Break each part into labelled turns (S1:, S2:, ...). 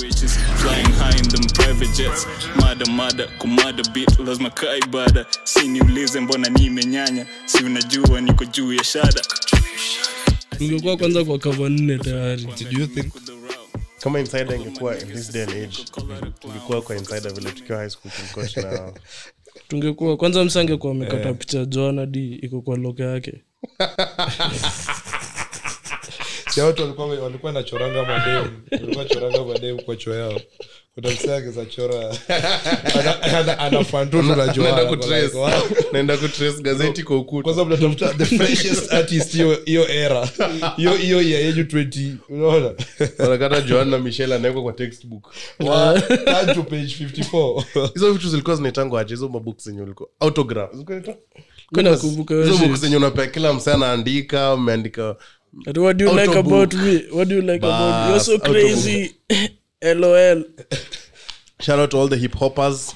S1: Riches, flying high in them private jets mada mada kumada bit lazima kaa ibada si niulize mbona nimenyanya si unajua niko juu ya shada
S2: ungekuwa kwanza kwa kava nne tayari
S3: do you think kama insider ingekuwa in this day and age ingekuwa kwa insider vile tukiwa high school tulikuwa tuna
S2: tungekuwa kwanza msangekuwa amekata
S3: Eh.
S2: picha joana d iko kwa loka yake
S4: si hao watu walikuwa walikuwa nachoranga mademu walikuwa choranga mademu kwa choo yao kuna msee akizachora ana- ana- ana fandudu la
S3: Naenda
S4: joana
S3: kutrace.
S4: kwa- kwa-
S3: naenda kutrace gazeti kwa ukuta
S4: kwanza mnatafuta the freshest artist hiyo hiyo era hiyo hiyo ya yenyu 20 unaona
S3: wanakata joan na michel anawekwa kwa textbook
S4: Wa- turn to page 54
S3: hizo vitu zilikuwa zinaitangwa aje hizo mabook zenye ulikuwa autograph Zilikuwa zinaitwa?
S2: nakumbuka hiyo
S3: hizo book
S2: shit.
S3: zenye unapea kila msee anaandika umeandika
S2: Ati, what do you like
S3: Autobook.
S2: about me what do you like about me? you're so
S3: Bas,
S2: crazy lol
S3: shout out to all the hip hoppers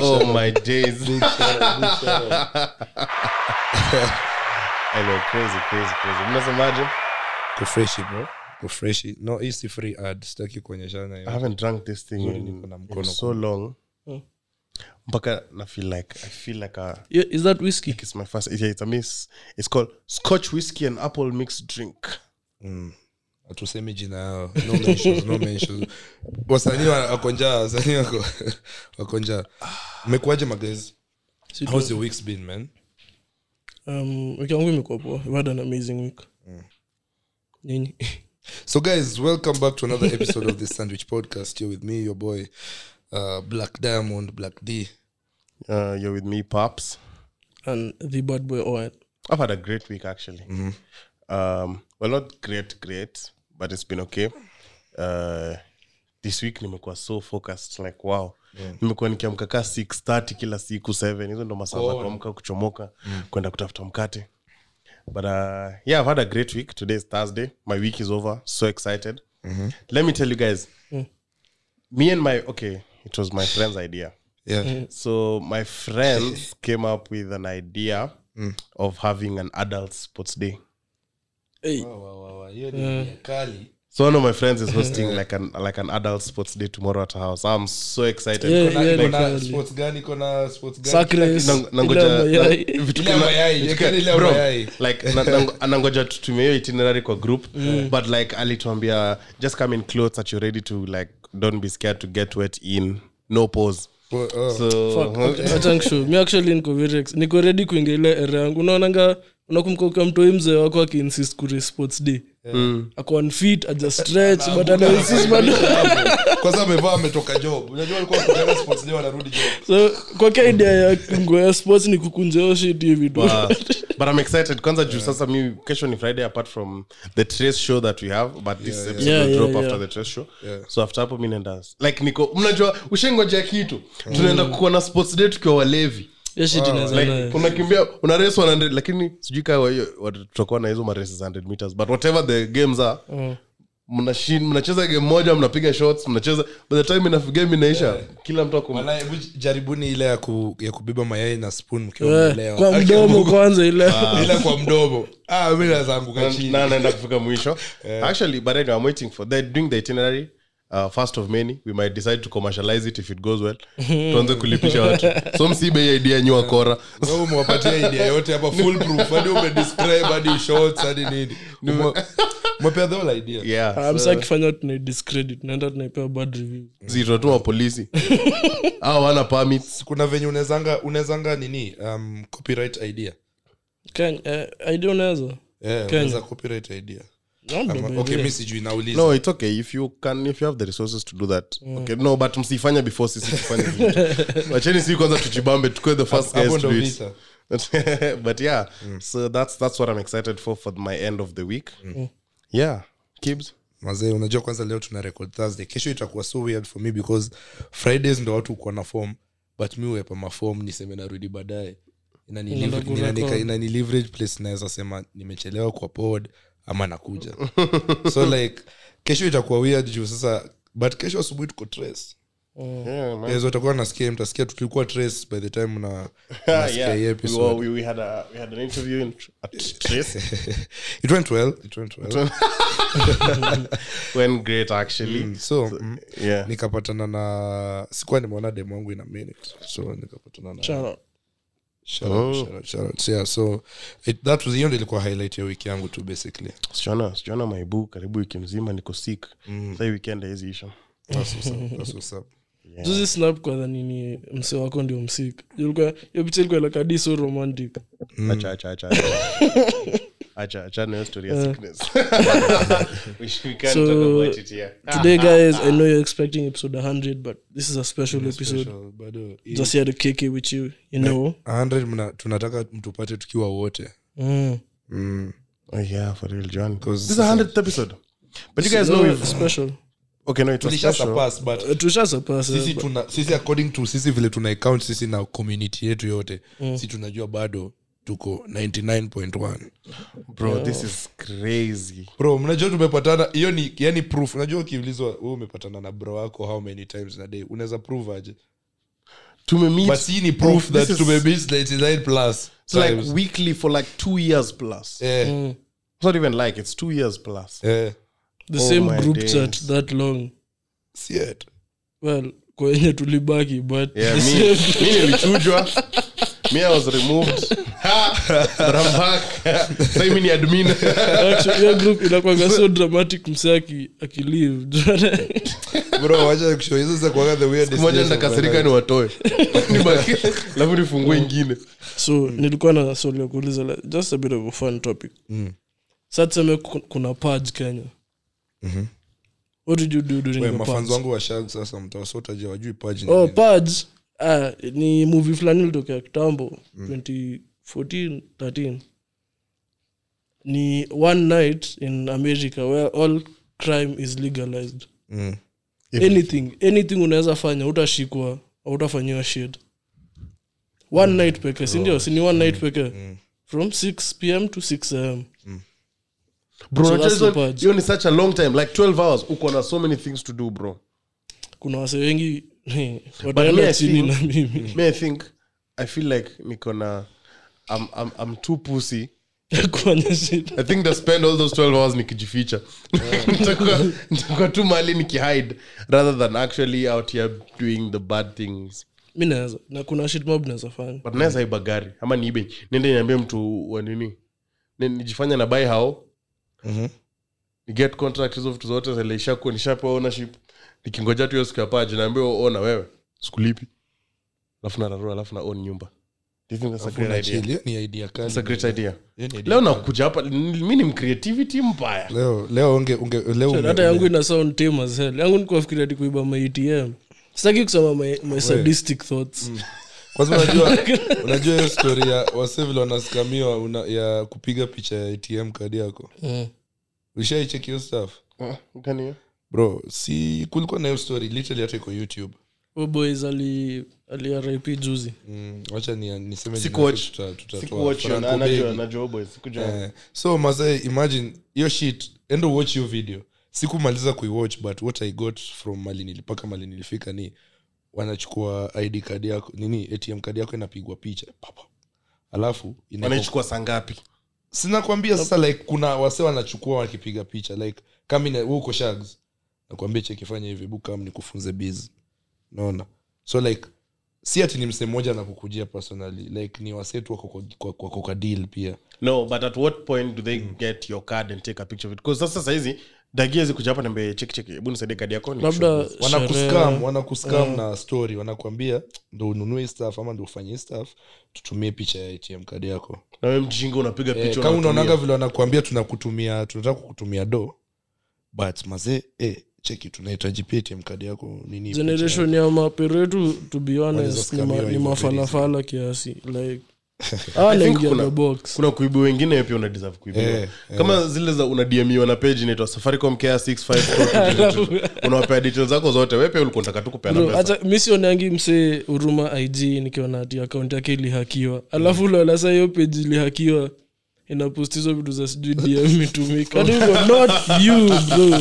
S3: oh my days I know, crazy, crazy, crazy. mnasemaje
S4: kufreshi bro kufreshi no hii si free ad sitaki kuonyeshana
S3: i
S4: hiyo
S3: haven't drunk this thing
S4: Zuri
S3: in,
S4: niko na
S3: in
S4: mkono
S3: so long
S2: Mm.
S3: mpaka na feel like i feel like a
S2: Yeah, is that whiskey
S3: It's my first. Yeah, it's a miss. It's called Scotch whiskey and apple mixed drink.
S4: Mm. hatusemi jina yao no mentions, no mentions. wasanii wa- wako njaa wasanii wako- wako njaa mmekuaje magezi
S2: Si tu-
S4: how's your weeks been man
S2: um, wiki yangu imekuwa poa I've had an amazing week
S3: Mm.
S2: nyinyi
S4: so guys welcome back to another episode of the sandwich podcast here with me your boy uh, black diamond black d
S3: Uh, you're with me, pops.
S2: and the bad boy oil
S3: I've had a great week actually. Um, well, not great, great, but it's been okay. Uh, this week nimekuwa so focused like wow nimekuwa nikiamka ka 630 kila siku 7 hizo ndo masaa za kuamka kuchomoka kwenda kutafuta mkate but uh, yeah i've had a great week today is thursday my week is over so excited let me tell you guys me and my okay it was my friend's idea
S4: yeah
S2: Mm.
S3: so my friends came up with an idea
S4: Mm.
S3: of having an adult sports day.
S2: hey
S3: So one of my friends is hosting like an like an adult sports day tomorrow at her house. I'm so excited.
S2: Yeah,
S4: Na-
S2: yeah,
S4: iko na
S2: literally.
S4: sports gani, iko na sports gani?
S2: Sack race,
S3: Nang-
S2: ila
S3: nangoja-
S2: mayai.
S3: na- vitu
S4: Ile
S3: kama-
S4: mayai,
S3: vitu
S4: yekeni ile
S3: kama- bro,
S4: mayai.
S3: like, na- nango- anangoja tutumie hiyo itinerary kwa group but like alituambia just come in clothes that you're ready to like don't be scared to get wet in no pause
S4: Oh, oh.
S3: so
S2: Acha nikushow. mi actually niko very ex- niko ready kuingia ile era yangu unaonanga unakumbuka ukiwa mtoi mzee wako akiinsist kuri sports day akonfit ajastretch but anainsist bado
S4: kwanza amevaa ametoka job unajua alikuwa anapigaga sports leo anarudi job
S2: so kwake idea ya nguo ya sports ni kukunja hiyo shit hivi tu
S3: Uh, but i'm excited kwanza juu sasa mi kesho ni friday apart from the trace show that we have but this
S4: Yeah,
S3: episode
S2: yeah.
S3: will
S2: Yeah,
S3: drop
S2: yeah,
S3: after
S2: yeah.
S3: the trace show
S4: Yeah.
S3: so after hapo mi naenda like niko mnajua ushengoja kitu
S4: Mm.
S3: tunaenda
S2: Mm.
S3: kuwa na sports day tukiwa walevi
S2: hiyo shit inaweza
S3: like
S2: nayo
S3: unakimbia una race 100 lakini sijui kawa hiyo watu- tutakuwa na hizo marace za 100 meters but whatever the games are
S2: Mm.
S3: mnashin- mnacheza game moja mnapiga shots mnacheza by the time ina game inaisha kila mtu ako
S4: Walahi, hebu jaribuni ile ya, ku, ya kubeba mayai na spoon mkiwa
S2: Yeah,
S4: mmelewa.
S2: kwa
S4: Akiwa
S2: mdomo
S4: mdogo,
S2: kwanza ile
S4: ila kwa mdomo ah, mi nazanguka chini
S3: na naenda kufika mwisho Eh. actually but anyway, i'm waiting for they're doing the itinerary uh, first of many we might decide to commercialize it if it goes well tuanze kulipisha watu so msibe hiyo idea nyua kora
S4: Wewe umewapatia idea yote hapa foolproof, hadi umedescribe hadi shots hadi nini Ume- umepea the whole idea
S3: yeah
S2: amsa Ah, akifanya tunai discredit naenda tunaipea bad review
S3: zitotuma polisi au wana permits
S4: kuna venye unawezanga unawezanga nini um, copyright idea
S2: Kenya, eh, idea unaweza Kenya.
S4: yeah, unaweza copyright idea
S2: Naomba
S4: Ama-
S2: by
S4: okay
S2: the way.
S4: mi sijui nauliza
S3: no it's okay if you can if you have the resources to do that okay no but msifanye before sisi tufanye vitu. wacheni sisi kwanza tujibambe tukue the first
S4: Hapo
S3: guys
S4: ndo
S3: to do it
S4: vita.
S3: but yeah so that's that's what i'm excited for for my end of the week yeah kibs
S4: mazee unajua kwanza leo tuna record thursday kesho itakuwa so weird for me because fridays ndo watu ukuwa na form but mi uwepa mafom niseme narudi baadaye Inani-
S2: Unaenda
S4: lever-
S2: kurecord.
S4: inanika- inani leverage place naweza sema nimechelewa kwa pod ama nakuja so like kesho itakuwa weird juu sasa but kesho asubuhi tuko tres
S3: Yeah, man.
S4: Yes, watakuwa nasikia mtasikia tulikuwa trace by the time mna-
S3: Ah,
S4: mnasikia
S3: yeah.
S4: hii
S3: We were-
S4: episode
S3: we- we had a- we had an interview in tr- at Trace
S4: it went well it went well
S3: when great actually.
S4: so mm,
S3: Yeah.
S4: nikapatana na sikuwa nimeona demu wangu in a minute so nikapatana na
S2: Shout out.
S4: Shout
S3: Oh,
S4: out, shout out, shout out. So, yeah, so it, that was hiyo ndio ilikuwa highlight ya wiki yangu tu basically
S3: sijaona sijaona maibu karibu wiki mzima niko sick sai weekend hizi isha
S4: That's what's up, that's what's up.
S2: juzi snap kwanza nini mse wako ndio msik ilikuwa hiyo picha ilikuwa ilakadi so romantic
S3: acha acha acha acha acha na hiyo story ya sickness we, sh- we can't
S2: So-
S3: talk about it here
S2: today guys i know you're expecting episode 100 but this is a special episode
S4: Special, bado hii-
S2: just here to kick it with you you know
S4: 100 mna- tunataka mtupate tukiwa wote
S2: mm.
S3: oh yeah for real john
S4: 'Cause
S3: this is a 100th episode but you guys know
S2: No,
S3: we've
S2: special
S3: okay no it was special
S4: Tulishasurpass, but
S2: Uh, tusha surpass,
S4: sisi
S2: eh, but-
S4: tuna sisi according to sisi vile tuna account sisi na community yetu yote
S2: Mm.
S4: si tunajua bado tuko 99.1
S3: bro this is crazy
S4: bro mnajua tumepatana hiyo ni yani proof unajua ukiulizwa wewe umepatana na bro wako how many times na day unaweza prove aje
S3: tumemeet
S4: but hii ni proof
S3: This
S4: that
S3: is-
S4: tumemiss 99 plus
S3: it's like Mm.
S4: times.
S3: weekly for like two years plus
S4: Eh,
S3: it's not even like it's two years plus
S4: eh,
S2: the
S3: Oh
S2: same
S3: my
S2: group
S3: days.
S2: chat that long
S4: si yet.
S2: well kwenye tulibaki but
S3: yeah
S2: the
S3: me,
S2: same-
S3: me nilichujwa me i was removed but i'm back so you mean the admin
S2: actually, hiyo group inakwanga so dramatic mse aki- akilive
S4: Bro, wacha kushow, hizo zinakuwaga the weirdest
S3: moja
S4: days of my
S3: ndakasirika
S4: life.
S3: niwatoe nibaki alafu nifungue ingine
S2: so nilikuwa na swali ya kuuliza like, just a bit of a fun topic sa tuseme ku- kuna purge kenya what did you do during
S4: We,
S2: the
S4: mafans
S2: purge?
S4: wangu wa shag sasa mtawasotaje wajui paji ni
S2: oh
S4: nini.
S2: purge ah, ni movie fulani ilitokea kitambo 2014 13 ni one night in america where all crime is legalized anything anything unaweza fanya utashikwa autafanyiwa shid one night pekee sindio sini one night pekee from 6 pm to 6 am
S3: bro
S2: So
S3: unajua
S2: that's the
S3: hizo-
S2: purge.
S3: hiyo ni such a long time like 12 hours uko na so many things to do bro
S2: kuna wase wengi
S3: me, I
S2: wataenda chini
S3: think-
S2: na mimi
S3: me i think i feel like niko na I'm, I'm, I'm too pussy
S2: kufanya shida
S3: i think to spend all those 12 hours nikijificha Nitakuwa- nitakuwa tu mali nikihide rather than actually out here doing the bad things
S2: mi naweza na kuna shit mob naweza fanya
S3: but naweza iba gari ama niibe niende niambie mtu wa nini Ni- nijifanya na bai hao
S4: Mm-hmm.
S3: Ni get contract hizo vitu zote zilishakuwa nishapewa ownership nikingoja tu hiyo siku ya paji naambia ona wewe sikulipi alafu nararua alafu na own nyumba Do you think that's a
S4: Kuna
S3: great idea?
S4: chill, hiyo ni idea kali.
S3: That's a great idea.
S4: Hiyo ni idea
S3: leo nakuja hapa ni- mi ni mcreativity mbaya
S4: leo leo unge, unge, leo unge,
S2: hata yangu ina sound tame as hell yangu nikuafikiria ti kuiba maatm sitaki kusema my, my sadistic thoughts
S4: kwanza unajua unajua hiyo story ya wase vile wanaskamiwa una, ya kupiga picha ya atm kadi yako
S2: Mm.
S4: ushaicheki hiyo stuff
S3: Ah, gani hiyo?
S4: bro si kulikuwa na hiyo story literally hata iko youtube
S2: Huyo boys ali aliarip juzi
S4: mm, wacha ni, niseme
S3: Sikuwatch.
S4: jina yake tuta- tutatoa.
S3: Sikuwatch hiyo, na-
S4: Franco
S3: najua-
S4: Baby.
S3: najua boys, sikujua.
S4: Eh, so masai imagine hiyo shit enda uwatch hiyo video sikumaliza kuiwatch but what i got from mali nilipaka mali nilifika ni wanachukua id card yako nini atm card yako inapigwa picha papa alafu inaekwa-
S3: wanaichukua saa ngapi
S4: sina kuambia sasa like kuna wase wanachukua wakipiga picha like kama ina- wewe uko shags nakwambia chekifanya hivi bukam nikufunze biz naona so like si ati ni msee mmoja anakukujia personally like ni wasetu wako kwa, kwa, kwa, kwa deal pia
S3: no but at what point do
S4: Hmm.
S3: they get your card and take a picture of it because sasa saizi dagiezi kuja hapa niambie cheki cheki hebu nisaidie kadi yako ni
S2: labda
S4: wanakuskam wanakuskam
S3: Mm.
S4: na story wanakuambia ndo ununue hii stuff ama ndo ufanye hii stuff tutumie picha ya atm kadi yako
S3: na wewe mjinga unapiga
S4: Eh,
S3: picha
S4: kama unaonaga
S3: unatumia.
S4: vile wanakuambia tunakutumia tunataka kukutumia do but mazee eh, cheki tunahitaji pia atm kadi yako nini
S2: generation ya maperetu to be
S4: Wanaweza
S2: honest ni,
S4: scamiwa
S2: ma, ni
S4: hivyo
S2: mafalafala kiasi like
S3: Ah,
S2: anaingia
S3: kuna-
S2: the box
S3: kuna kuibu wengine pia una deserve kuibiwa
S4: Eh,
S3: kama zile za unadmiwa na page inaitwa safaricom care 65 unawapea details zako zote wewe pia ulikuwa unataka tu kupeana
S2: Bro,
S3: pesa
S2: hata mi sioneangi msee huruma ig nikiona ati akaunti yake ilihakiwa alafu ulolasa hiyo peji ilihakiwa inapostizwa vitu za sijui dm itumika Hadi huko, Yaani not you bro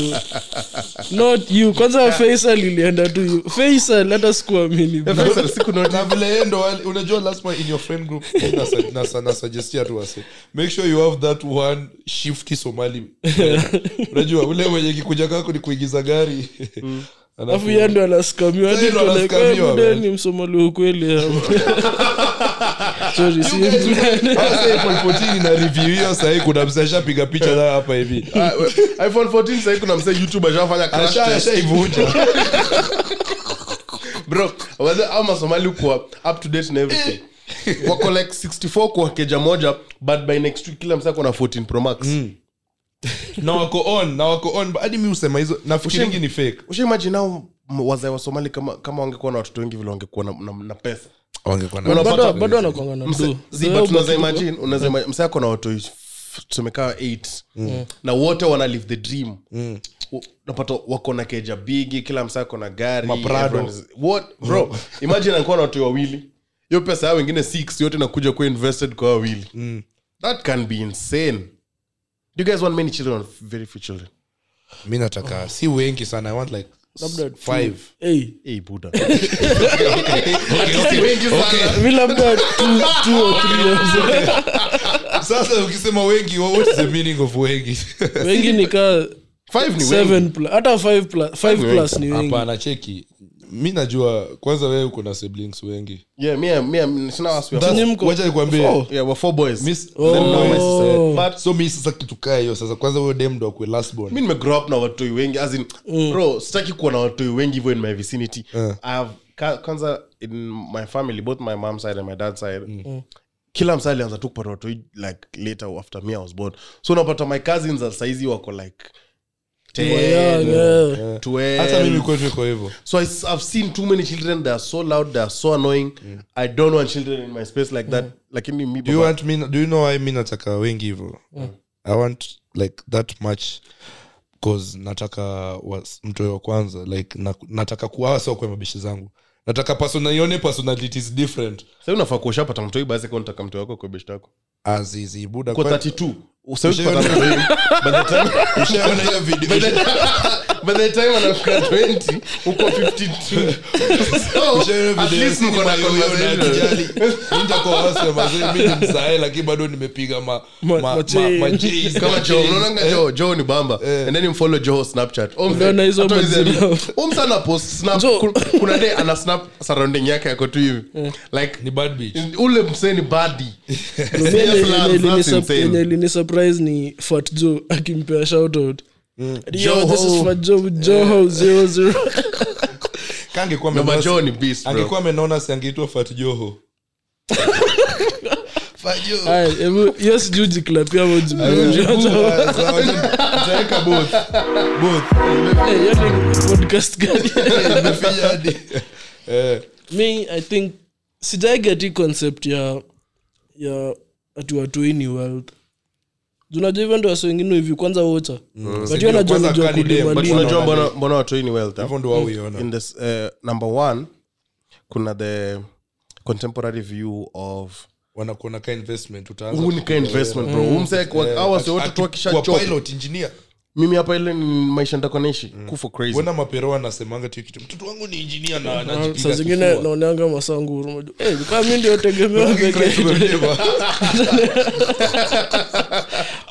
S2: not you kwanza faisal ilienda tu you. faisal hata sikuamini bro.
S4: na vile yeye ndo ali- unajua lazima in your friend group nasa- nasa- nasuggestia tu wase eh. make sure you have that one shifty somali unajua ule mwenye kikuja kako ni kuingiza gari Alafu-
S2: Mm. alafu yeye ndo anaskamiwa
S4: Yeye ndo anaskamiwa, man.
S2: ni msomali wa ukweli hapa. Sorry, si-
S4: You guys, Ah, sasa iPhone 14 ina review hiyo sahii kuna msashapiga picha nayo hapa hivi
S3: Ah, we- iphone 14 sahii kuna msee youtube ashafanya crash
S4: Asha-
S3: test.
S4: ashaivunja
S3: bro wale- hao masomali kuwa up to date na everything wako like 64 kwa keja moja but by next week kila msee ako na 14 pro max
S4: na wako on na wako on but hadi mi usema hizo nafikiringi ni fake
S3: ushaimagine au m- wazee wa somali kama, kama wangekuwa na watoto wengi vile wangekuwa na, na, na pesa
S2: bado bado anakwanga na
S3: Mse-
S2: do
S3: zi, but unaweza imagine, unaweza ima- mse ako na watu tumekaa 8 Mm. na wote wana live the dream U- unapata wako na keja bigi kila msa ako na gari
S4: Maprado.
S3: everyone is- what bro imagine anakuwa na watu wawili hiyo pesa yao wengine 6 yote inakuja kuwa invested kwa hao wawili that can be insane do you guys want many children or very few children
S4: mi nataka si wengi sana i want like
S2: Labda two.
S4: five
S2: Hey,
S3: hey buda
S2: mi labda two- two or three years.
S4: sasa ukisema wengi what is the meaning of wengi
S2: wengi ni kaa
S3: five ni wengi
S2: seven pla- hata five pla- five
S3: ni
S2: plus ni wengi
S4: hapana cheki mi najua kwanza wewe uko na siblings wengi
S3: yeah me I'm- me I'm- sina wasi we are
S2: That's-
S3: four.
S2: mko-
S4: wacha nikwambie
S2: Four.
S3: yeah we're four boys
S4: mi s-
S2: Oh.
S4: then mama is sad.
S3: Oh. But-
S4: so mi sasa kitu kaa hiyo sasa kwanza huyo dem ndo akue last born
S3: mi nimegrow up na watoi wengi as in,
S4: Mm.
S3: bro sitaki kuwa na watoi wengi hivyo in my vicinity
S4: Eh.
S3: I have, ka, kwanza in my family both my mom side and my dad side
S4: Mm.
S2: Mm.
S3: kila msa alianza tu kupata watoi like later after me i was born so unapata my cousins are saizi wako like 10,
S2: Yeah, yeah.
S3: 12.
S4: hata mimi kwetu iko hivyo
S3: so I, i've seen too many children they are so loud they are so annoying i don't want children in my space like
S2: Mm.
S3: that lakini mi
S4: Mm. do you
S3: baba-
S4: want me do you know why mi nataka wengi hivyo i want like that much cause nataka was- mtu wa kwanza like na, nataka kuwawa sio kwa mabishi zangu nataka persona ione personalities different
S3: Sasa unafaa kushapata mtoi basi kama unataka mtoi wako kwa best yako
S4: azizi buda
S3: kwa
S4: kwa-
S3: 32 usawezi
S4: Ushaona-
S3: kupata mtoi by the time
S4: Ushaona hiyo video
S3: by the time anafika 20 uko 52 so Oh, at least mko na conversation
S4: msae lakini bado nimepiga ma-
S2: Ma-
S4: ma-
S2: machi.
S4: ma- machi.
S3: kama Eh, jo unaonanga jo jo ni bamba and then mfollow jo snapchat Huyo mzee-
S2: Unaona hizo
S3: hata
S2: manzi
S3: hizo-
S2: love.
S3: huyo mzee ana post snap
S2: Jo.
S3: kun- kuna day ana snap surrounding yake yako tu
S2: Eh.
S3: hivi like
S4: Ni bad bitch.
S3: ule msee ni badi
S2: Ndio mi yenye- yenye ilinisup- yenye ilinisurprise ni fat jo akimpea shoutout Ati, yo,
S3: Joe
S2: this is
S3: Ho.
S2: Fat Joe, Joe Ho, zero, zero.
S4: Ka angekuwa
S3: namba
S4: amenona-
S3: jo ni beast bro
S4: angekuwa amenona si angeitwa Fat Joho.
S2: Aya, hebu- hiyo sijui ujiklapia ama ujibuji.
S4: Ah, sawa, nitaweka both. Both.
S2: Eh, hiyo ni podcast gani?
S4: Imefinya hadi. Eh,
S2: mi i think sijaigeti concept ya ya ati watoi ni wealth unajua hivyo ndo wasi wengine hivi kwanza wocha but
S4: Sindio,
S2: hiyo najua
S4: Mm. kwanza
S2: najua
S4: kani dem,
S2: kulima
S4: but
S2: lima.
S3: unajua mbona mbona watoi ni wealth ah?
S4: hivyo ndo wao huiona.
S3: in this uh, number one kuna the contemporary view of
S4: Wanakuona ka investment, utaanza
S3: huu ni ka investment bro Huu msee kwa-
S4: Eh,
S3: hawa wase wote
S4: aki-
S3: tu
S4: kwa
S3: wakishachop.
S4: pilot, engineer.
S3: mimi hapa ile ni maisha ndakonaishi kufa crazy
S4: Mbona mapero anasemanga tu kitu mtoto wangu ni injinia na anajipiga
S2: Ah, saa zingine
S4: kifua."
S2: naoneanga masanguru kaa mi Eh, ndio tegemewa pekee
S4: Ah,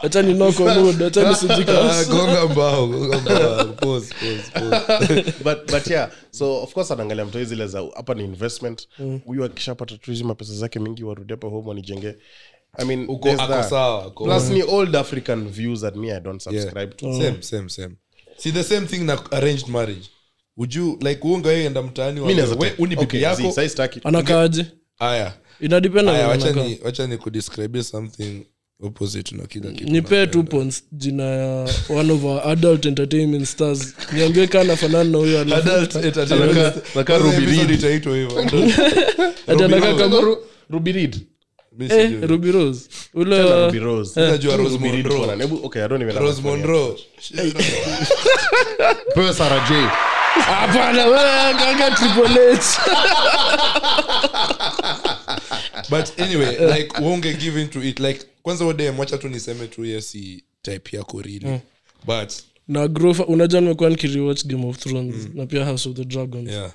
S2: hacha ninokomud
S4: Ah,
S2: hacha nisijikasi
S4: gonga mbao, gonga mbao. Pause, pause, pause.
S3: but, but yeah so of course anaangalia mtoi zile za hapa ni investment huyu akishapata tu hizi mapesa zake mingi warudi hapa home wanijenge i mean
S4: Uko-
S3: there's
S4: ako
S3: that.
S4: sawa, ako-
S3: plus ni old african views that me i don't subscribe to
S4: Same, same, same. See, the same thing na arranged marriage uju like uonga yeye enda mtaani
S3: mi naweza
S4: we- uni bibi
S3: okay,
S4: yako
S3: zii, sahi sitaki.
S2: anakaaje
S4: haya haya wacha
S2: inadipenda
S4: ni- wacha ni kudescribe something opposite na kila kitu
S2: nipee tu pons jina ya one of our adult entertainment stars niambie kaa nafanana na huyo alafu-
S4: Adult entertainment.
S3: Nakaa- nakaa
S4: Kwanza
S3: Ruby
S4: episode
S3: Reed. Eh,
S4: itaitwa hivyo.
S2: Ati anakaa
S4: Ruby Rose.
S2: kama-
S3: Ru- Ruby Reed.
S4: Mi
S2: Eh,
S4: sijui.
S2: ruby rose ule
S3: Tena
S2: wa-
S3: Ruby Rose.
S4: Najua Rose
S3: Ruby Reed
S4: Monroe.
S3: bwana. Hebu- okay, I don't even
S4: Rose
S3: know.
S4: Monroe.
S3: Pewe Sarah J.
S2: hapana wewe kaka triple h
S4: but anyway like wonge give into it like kwanza odem wacha tu niseme tu yesi type yako really
S3: Mm.
S4: but
S2: na grofa unajua nimekuwa nikiriwatch game of thrones na pia house of the dragons
S4: Mm. yeah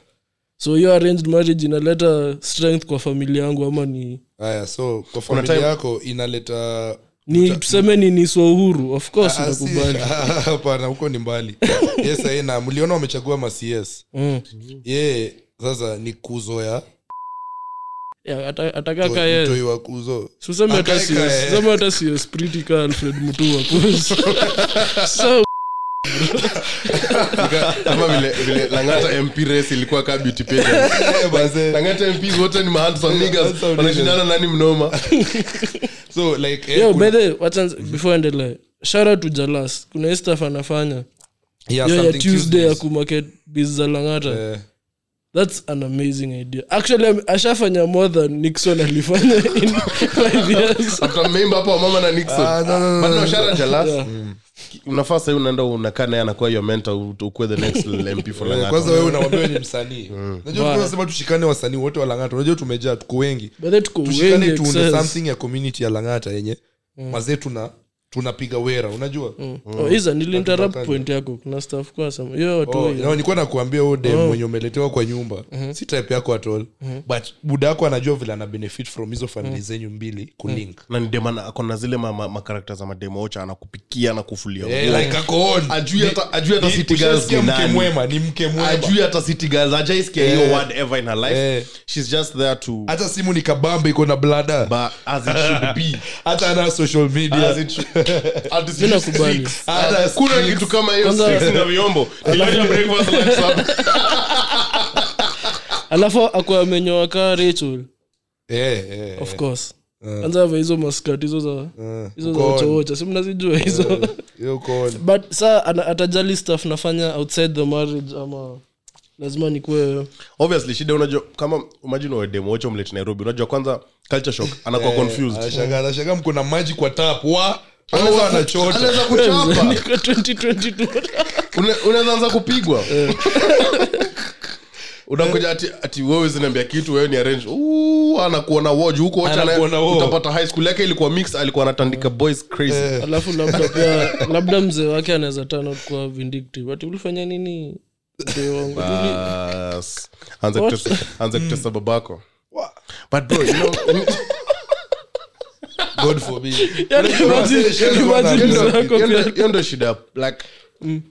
S2: so hiyo arranged marriage inaleta strength kwa familia yangu ama ni
S4: haya so kwa familia
S3: time-
S4: yako inaleta
S2: ni tuseme ni niswa uhuru of course
S4: Ah, si-
S2: nakubali
S4: hapana huko ni mbali yes aina mliona wamechagua macs
S2: Mm.
S4: ye sasa ni kuzoya
S2: Yeah, ata- atakaa ka yeye.
S4: mtoi wa kuzo
S2: Usiseme hata
S4: Akae
S2: si-
S4: ka yeye.
S2: usiseme hata si spirit ka Alfred Mutua. So,
S3: ama vile vile langata mp race ilikuwa kaa beauty pageant.
S4: Eh, bazee.
S3: langata mp wote ni mahandsome niggas
S4: Handsome
S3: wanashindana nani mnoma
S4: so like eh,
S2: yo,
S4: kuna-
S2: by the way, wacha nz- before endelee shout out to jalas kuna hii stuff anafanya
S4: yeah,
S2: yo ya
S4: something
S2: tuesday ya
S4: Tuesdays.
S2: kumarket biz za langata
S4: Eh,
S2: thats an amazing idea actually am- ashafanya more than nixon alifanya in five years
S3: tutammeimba hapo wamama na
S4: Ah,
S3: nixon
S4: no, no, no,
S3: But
S4: no,
S3: no,
S4: no. Mm.
S3: shout out Jalas.
S2: Yeah.
S3: unafaa sahii unaenda unakaa naye anakuwa your mentor ut- ukuwe the next mp for
S4: Eh,
S3: Lang'ata.
S4: kwanza wewe unamwambia wewe ni msanii
S3: Mm.
S4: najua
S2: Bye.
S4: tunasema tushikane wasanii wote wa langata unajua tumejaa tuko wengi
S2: By the way, tuko wengi Mm.
S4: tushikane tuunde
S2: excess.
S4: something ya community ya langata yenye mazee tuna tunapiga wera unajua
S2: Oh,
S4: Mm.
S2: Iza, niliinterrupt
S4: Tunataka-
S2: point yako kuna staff kwa sema yo watu
S4: Oh,
S2: wengi.
S4: no, nilikuwa nakuambia huyo dem mwenye umeletewa kwa nyumba si type yako at all but buda yako anajua vile ana benefit from hizo famili zenyu mbili kulink
S3: na ni dem ana- ako na zile ma- ma- makarakta za mademocha anakupikia na kufulia
S4: Eh, like ako on.
S3: Ajui hata- ajui hata
S4: Ni-
S3: city
S4: ushasikia
S3: girls ni
S4: mke
S3: nani.
S4: mwema ni mke mwema
S3: ajui hata city girls hajaisikia hiyo
S4: Eh.
S3: word ever in her life
S4: Eh.
S3: she's just there to
S4: hata simu ni kabamba iko na blada
S3: but as it should be
S4: hata ana social
S3: As
S4: media
S3: it should- at least
S2: Mimi nakubali.
S3: six.
S4: At least
S3: kuna
S4: six.
S3: kitu kama hiyo
S2: Kwanza-
S3: six na vyombo Nilala breakfast, lunch, supper.
S2: alafu akuwa amenyoa kaa rachel
S4: Eh, eh,
S2: of course kwanza ava hizo maskat hizo za
S4: eh.
S2: hizo za
S4: Uko on.
S2: ochowocha si mnazijua hizo
S4: Hiyo uko on.
S2: but saa ana- atajali staff nafanya outside the marriage ama lazima nikuwe
S3: obviously shida unajua kama imagine wedemocho mlete nairobi unajua kwanza culture shock anakuwa
S4: Eh,
S3: confused
S4: anashangaa- anashangaa mko na maji kwa tap wa anaweza anachota
S3: anaweza kuchapa
S2: Niko 2022
S3: Una- unaweza anza kupigwa unakuja ati, ati wewe zinaambia kitu wewe ni arrange Ooh, anakuwa na woj huko wacha
S4: Anakuwa
S3: na-
S4: na wo.
S3: utapata high school yake ilikuwa mix alikuwa anatandika boys crazy
S2: alafu labda pia labda mzee wake anaweza tano kuwa vindictive ati ulifanya nini mzee wangu Tuli-
S3: Bas. Anza
S2: What?
S3: kutesa- anza kutesa babako but bro you know,
S4: god forbid
S2: Yaani imagine-
S4: Unajua,
S2: imagine
S4: unajua,
S2: mzee wako
S3: hiyo
S2: pia-
S3: ndo- hiyo ndo shida like
S4: Mm.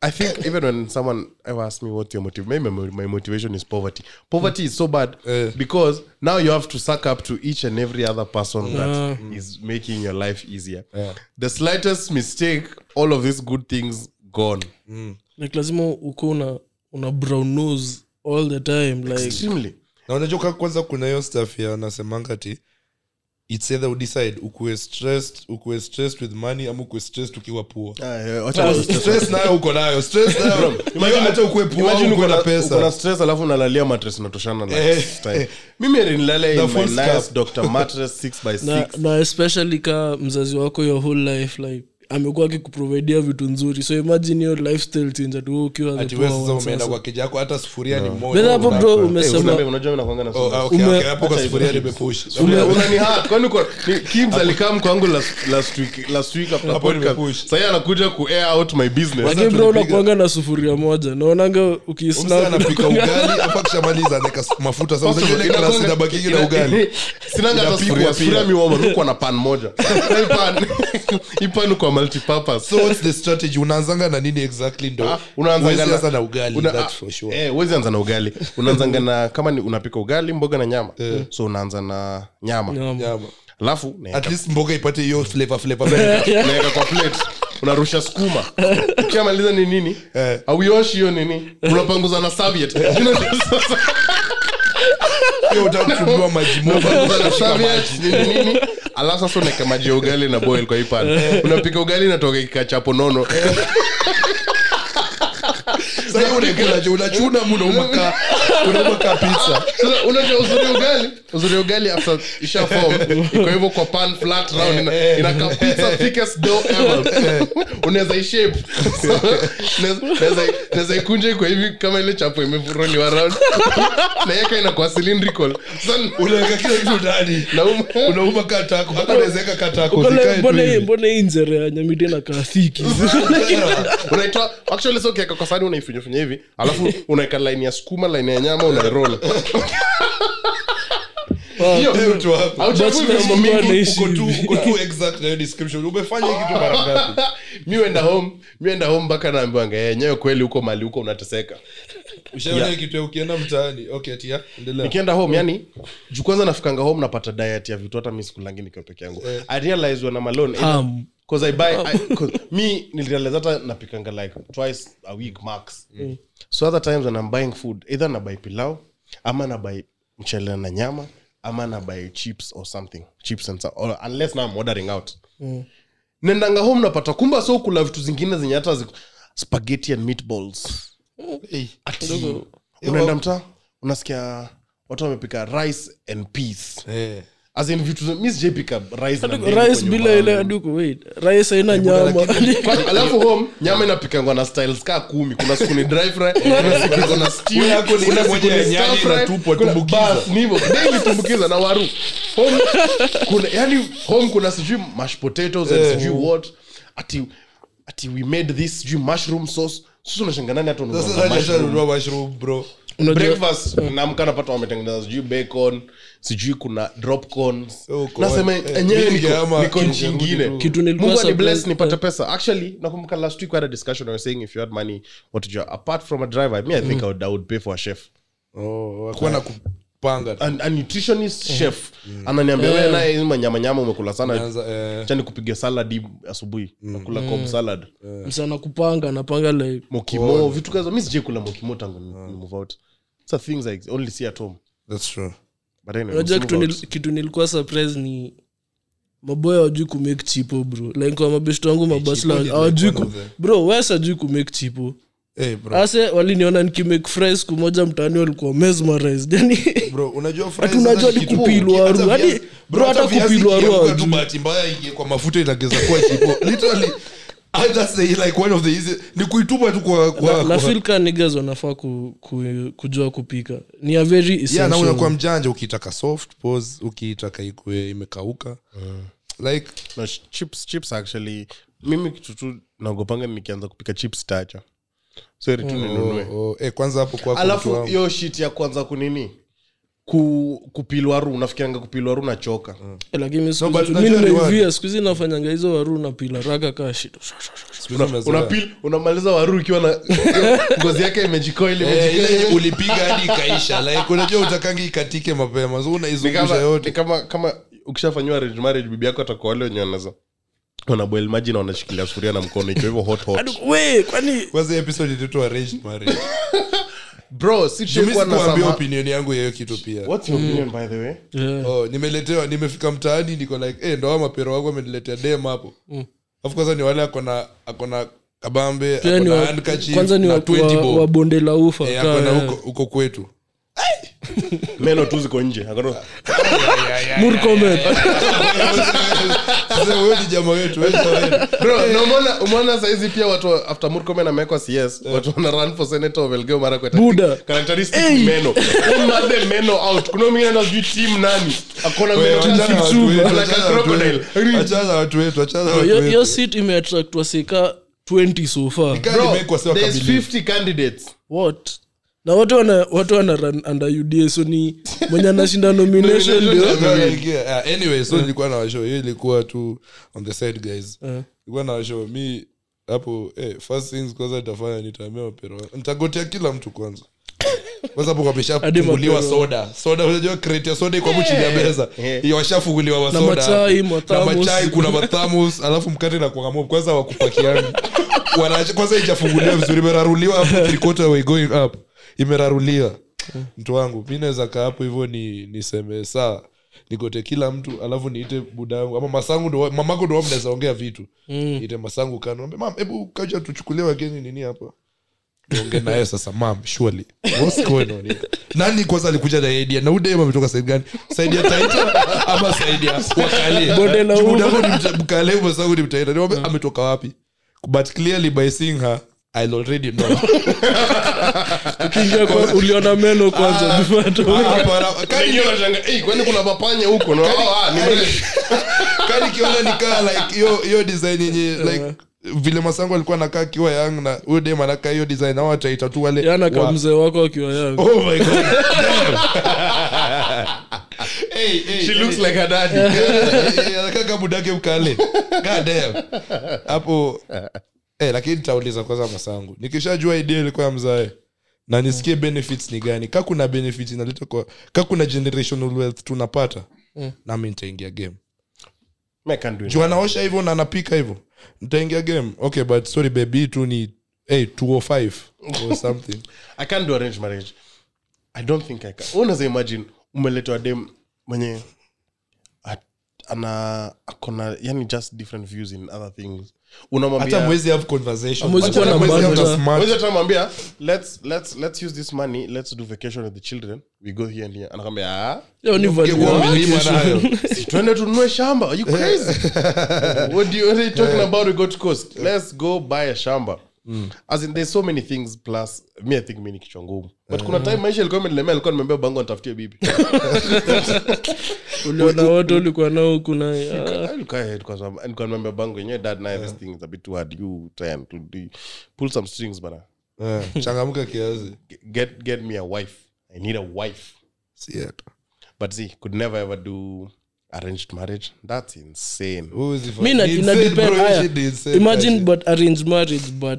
S3: I think even when someone ever asks me what your motive, maybe my, my motivation is poverty. Poverty is so bad
S4: Eh.
S3: because now you have to suck up to each and every other person that
S2: Yeah.
S3: is making your life easier.
S4: Yeah.
S3: The slightest mistake, all of these good things gone.
S2: like lazima uko una una brown nose all the time like
S3: Extremely.
S4: na unajua ka kwanza kuna hiyo staff ya nasemanga ti its either udecide ukuwe stressed ukuwe stressed with money ama ukuwe stressed ukiwa poor
S3: Uh,
S4: stress nayo uko nayo stress nayo Hiyo hata ukuwe poor uko na
S3: ukona
S4: pesa
S3: stress alafu nalalia matres natoshana na
S4: Eh.
S3: style. mimi nilale in
S4: The
S3: my
S4: full
S3: nice
S4: scarf.
S3: Dr. mattress 6 by 6
S2: na, na especially ka mzazi wako your whole life like amekuwa akikuprovidia vitu nzuri so imagine your lifestyle change ati wewe ukiwa the
S4: ati wewe
S2: poor
S4: sasa
S2: one
S4: umeenda
S2: sasa.
S4: kwa keja yako hata sufuria ni
S2: Bedha
S4: moja
S2: hapo bro umesema
S3: Unajua mimi nakuanga na
S4: Oh, ah,
S3: sura.
S4: okay,
S2: ume-
S4: okay, hapo kwa
S3: Acha
S4: sufuria
S3: hivyo.
S4: nimepush
S3: Una- unanihack. Kwani uko- ni- Kims alikam kwangu last- last week- last week after
S4: Hapo
S3: podcast.
S4: nimepush.
S3: Sahii anakuja ku air out my business.
S2: lakini bro
S4: tunapiga-
S2: unakuanga na sufuria moja naonanga ukiisnap
S4: Msa anapika
S2: unakuanga-
S4: ugali afu akishamaliza anaweka mafuta sasa unajua ile klasi
S3: Inakuanga-
S4: inabakigi na
S3: ina-
S4: ugali
S3: Sinanga hata
S4: Inapikwa
S3: sufuria.
S4: pia.
S3: Sufuria miwama, huko na pan moja Hii pan- hii pan kwa multipurpose.
S4: so what's the strategy unaanzanga na nini exactly ndo
S3: Ah, unaanzanga
S4: Huwezi
S3: na-
S4: anza na ugali
S3: una-
S4: that's for sure
S3: Eh, huwezi anza na ugali unaanzanga na kama ni unapika ugali mboga na nyama
S4: Eh.
S3: so unaanza na nyama Eh,
S2: Nyama.
S4: Nyama.
S3: alafu
S4: at
S3: naeka-
S4: least mboga ipate hiyo flavor flavor
S3: naeka kwa plate unarusha skuma ukishamaliza ni nini
S4: Eh.
S3: auioshi hiyo nini unapanguza na serviet
S4: Hiyo utaka kutumia maji moja
S3: Unapanguza na serviet, nini, nini. alafu sasa unaeka maji ya ugali na boil kwa ipan unapika ugali natoka kikachapo nono
S4: sasa hiyo unakula je unachuna muno umakaa
S3: unaweza kaa pizza sasa unajua uzuri wa ugali uzuri wa ugali after isha form kwa hivyo kwa pan flat round ina, ina ka pizza thickest dough ever unaweza i shape So, unaweza- unaweza- unaweza ikunja iko hivi kama ile chapo imefuroni around na yeka inakuwa cylindrical sasa
S4: unaweka kila kitu ndani
S3: na um,
S4: unauma katako hata unawezeka katako
S2: Mbona-
S4: zikae tu
S2: mbona hii-
S4: hivi.
S2: mbona hii nzere ya nyamidi inakaa thiki
S3: unaitoa actually so ukiweka kwa sahani unaifinyafinya hivi alafu unaweka line ya sukuma line ya nyama unairoll
S4: Hiyo mtu hapo.
S3: Au chakula
S2: Bachelor's
S3: mambo mingi
S2: Squad ishi
S4: Uko tu-
S2: hivi.
S4: uko tu exact na hiyo description umefanya hii kitu mara ngapi
S3: mi wenda home mi wenda home mpaka naambiwanga yenyewe kweli huko mali huko unateseka
S4: ushaona hii kitu ya ukienda mtaani okay tia endelea
S3: nikienda home yani juu kwanza nafikanga home napata diet ya vitu hata mi sikulangi nikiwa peke yangu i realize when I'm alone
S2: Ham.
S3: cause I buy, I, cause mi nilirealize hata napikanga like twice a week max so other times when I'm buying food either nabai pilau ama nabai mchele na nyama ama nabai chips or something chips and so, or unless now I'm ordering out nendanga home napata kumba so kula vitu zingine zenye hata ziko spaghetti and meatballs Ati, unaenda mtaa unasikia watu wamepika rice and peas
S4: Eh.
S3: as in vitu mi sijaipika rice na ndengu
S2: rais
S3: kwa
S2: bila
S3: nyumbani.
S2: ile aduku wait rais haina nyama
S3: Kwa- alafu home nyama inapikangwa na styles kaa kumi kuna siku ni dry fry kuna siku iko na stew,
S4: Wewe yako ni
S3: kuna
S4: ile
S3: siku
S4: moja
S3: ni
S4: ya
S3: stir
S4: nyanya
S3: fry,
S4: inatupwa,
S3: kuna-
S4: tumbukiza.
S3: bas, ni hivyo, daily tumbukiza na waru home kuna yani home kuna sijui mashed potatoes
S4: Eh.
S3: and sijui what ati ati we made this sijui mushroom sauce sasa unashanganani hata ununua
S4: Sasa nani
S3: mushroom
S4: ashanunua mushroom bro
S2: unajua
S3: breakfast naamka napata wametengeneza sijui bacon sijui kuna drop corns
S4: Oh, God.
S3: nasema
S4: Eh,
S3: enyewe
S4: mingi
S3: niko-
S4: ama
S3: niko
S4: kitu
S3: nchi
S4: ya kurudi
S3: ingine
S4: tu.
S2: Kitu nilikuwa
S3: mungu
S2: surprised- eh.
S3: anibless nipate pesa actually nakumbuka last week we had a discussion I was saying if you had money what would you apart from a driver me i think I, would, i would pay for a chef
S4: oh wakuwa na kupanga
S3: a, a nutritionist
S2: Eh.
S3: chef
S4: Mm.
S3: ananiambia wewe naye ima nyama nyama umekula sana
S4: Anza, eh,
S3: acha nikupigia salad hii asubuhi
S4: Mm.
S3: nakula
S2: Mm.
S3: cob salad
S4: Eh,
S2: msana kupanga anapanga like
S3: mokimo vitu kaza mi sijai kula mokimo tangu ni
S4: Ah.
S3: ni move out so things i only see at home
S4: that's true.
S3: but anyway
S2: unajua
S3: let's
S2: kitu,
S3: move
S2: nil,
S3: out.
S2: kitu nilikuwa surprise ni maboya hawajui kumake chipo bro like kwa mabeshto wangu mabasla
S4: chipo is like
S2: hawajui
S4: one
S2: ku-
S4: of the-
S2: bro wes ajui kumake chipo
S4: Eh, bro.
S2: ase waliniona nikimake fries siku moja mtaani walikuwa mesmerized yani
S4: Bro, unajua fries
S2: Hata unajua
S4: hata ni kitu-
S2: kupilwa
S4: hata
S2: ru-
S4: viazi-
S2: hadi- bro, hata
S4: viazi
S2: kupilwa ru
S4: ikianguka
S2: hawajui.
S4: tu bahati mbaya iingie kwa mafuta inageza kuwa chipo literally I just say like one of the easy ni kuitupa tu kwa kwa
S2: na, na
S4: kwa-
S2: feel ka niggas wanafaa ku, ku, kujua kupika ni a very
S4: yeah, na unakuwa
S2: essential
S4: mjanja ukiitaka soft pose ukiitaka ikue imekauka like
S3: no, ch- chips chips actually mimi kitu tu naogopanga nikianza kupika chips tacha so heri tu ninunue
S4: oh, oh, eh, kwanza hapo kwako mtu
S3: alafu
S4: wangu.
S3: hiyo shit ya kwanza kunini ku, kupilwa ru nafikiranga kupilwa ru nachoka
S2: Eh, lakini siku
S4: but
S2: hizi-
S4: unajua
S2: mi
S4: ni
S2: nimeivia,
S4: wali.
S2: siku hizi nafanyanga hizo waru napila raka kaa shit
S4: Siku hizi umezoea.
S3: unapil unamaliza waru ikiwa na ngozi yake imejikoil
S4: Eh,
S3: imejikoil.
S4: ile ulipiga hadi ikaisha like unajua utakangi ikatike mapema
S3: Ni
S4: so
S3: kama-
S4: unaizungusha
S3: ni
S4: yote
S3: kama kama ukishafanyiwa arranged marriage bibi yako atakuwa wale wenye wanaza wanaboil maji na wanashikilia sufuria na mkono ikiwa hivyo hot hot
S2: we kwani
S4: kwanza hii episode ilitwa arranged marriage
S3: bro si
S4: Juu mimi
S3: tulikuwa na
S4: sikuambia
S3: sama-
S4: opinion yangu ya hiyo kitu pia
S3: what's your opinion by the way
S2: yeah.
S4: oh, nimeletewa nimefika mtaani niko like eh, ndo hawa mapero wangu ameniletea dem hapo
S2: Mm.
S4: afu kwanza ni wale akona akona kabambe
S2: Pia ni
S4: akona
S2: Yaani wa-
S4: handkerchief
S2: kwanza ni
S4: na
S2: wa-
S4: 20
S2: wa-
S4: bob.
S2: wa bonde la ufa
S4: Eh,
S2: kaa,
S4: akona
S2: yeah.
S4: huko- huko kwetu
S3: meno tu ziko nje Akaona-
S2: Murkomen.
S4: Sasa wewe ni jamaa wetu wewe ni jamaa wetu.
S3: Bro, na umeona- umeona saizi pia watu wa- after murkomen amewekwa cs watu wana run for senator of elgeyo marakwet
S2: Buda.
S3: characteristic meno umadhe meno out kuna mwingine ana sijui team nani akona
S4: Wewe,
S3: meno
S4: achana
S3: kama
S4: na watu
S3: kitu,
S4: wetu,
S3: like a
S4: achana na watu
S3: crocodile.
S4: wetu, achana na watu wetu achana na watu
S2: Yo-
S4: wetu
S2: yo sit imeattract wasika 20 so far
S4: Kali
S3: Bro,
S4: imewekwa sio
S3: there's
S4: kabili.
S3: 50 candidates
S2: what na watu wana watu wana run under uda so ni mwenye anashinda nomination
S3: Nomination,
S2: ndio
S3: yeah.
S4: Yeah, anyway so nilikuwa na washo hiyo ilikuwa tu on the side guys nilikuwa na washo mi hapo eh, first things kwanza nitafanya nitaambia mapero wangu. nitagotea kila mtu kwanza kwanza hapo wameshafunguliwa
S2: mapero. Eh.
S4: soda soda unajua crate ya soda iko hapo chini ya meza
S3: Yeah.
S4: hiyo washafunguliwa
S2: Na
S4: masoda
S2: machai,
S4: na
S2: mathamus.
S4: machai kuna mathamus alafu mkate na kuangamua kwanza wakupakiani Wanaacha- kwanza ijafunguliwa vizuri imeraruliwa hapo three quarter way going up imeraruliwa mtu wangu mi naweza kaa hapo hivyo ni niseme saa nigote kila mtu alafu niite buda yangu ama masangu ndo mamako ndo mnaweza ongea vitu mm. ite masangu kano "Mam, hebu kaja tuchukulie wageni nini hapa tuonge nayo sasa mam surely what's going on here nani kwanza alikuja na idea na udem ametoka side gani side ya taita ama side ya wakalie
S2: Bonde la
S4: Juu
S2: ufa.
S4: mdangu ni mta- mkale bosi wangu ni mtaita niwaambie ametoka wapi but clearly by seeing her i already know
S2: Ukiingia kwa- uliona meno
S4: Ah.
S2: kwanza before hata uwe-
S4: Kani-
S3: kwani kuna mapanya huko na wao, ah, ni mrefu.
S4: kani kiona nikaa like hiyo hiyo design yenye like vile masango alikuwa anakaa akiwa young na huyo dem anakaa hiyo design au ataita tu wale
S2: yana
S4: wa-
S2: kama mzee wako akiwa yangu
S4: Oh my God.
S3: Hey, hey, hey.
S4: anakaa kama budake mkale God damn. hapo eh, lakini nitauliza kwanza masangu nikishajua idea ilikuwa ya mzae na nisikie benefits ni gani ka kuna benefits inaleta kwa ka kuna generational wealth tunapata nami nitaingia game
S3: Me can't do it.
S4: juu anaosha hivyo na anapika hivyo nitaingia game okay but sorry baby hii tu ni hey, 205 or something
S3: I can't do arranged marriage. I don't think I can. Unaweza imagine umeletwa dem mwenye at- ana akona yani just different views in other things.
S4: hata
S3: Unamwambia
S4: mwezi have conversation
S2: Hamwezi kuwa na
S4: Hata mwezi have
S2: banter.
S4: smart-
S3: Mwezi hata mwambia let's let's let's use this money let's do vacation with the children we go here and here anakwambia ah
S2: Yo, ni value
S4: Ungekuwa
S2: yake.
S4: milima nayo.
S3: si tuende tununue shamba Are you crazy what do you, what are you talking about we go to coast let's go buy a shamba as in there's so many things plus me i think mi ni kichwa ngumu but kuna time maisha ilikuwa imenilemea alikuwa nimeambia bango nitafutie bibi
S2: uliona wote ulikuwa nao huku naye Ah,
S3: nimeambia bango yenyewe dad naye this thing is a bit too hard you try and to do- pull some strings bana
S4: Eh, changamka kiasi
S3: G- get get me a wife i need a wife
S4: si yetu
S3: but see could never ever do arranged marriage that's insane
S2: mi na- ina depend- haya. imagine but arranged marriage but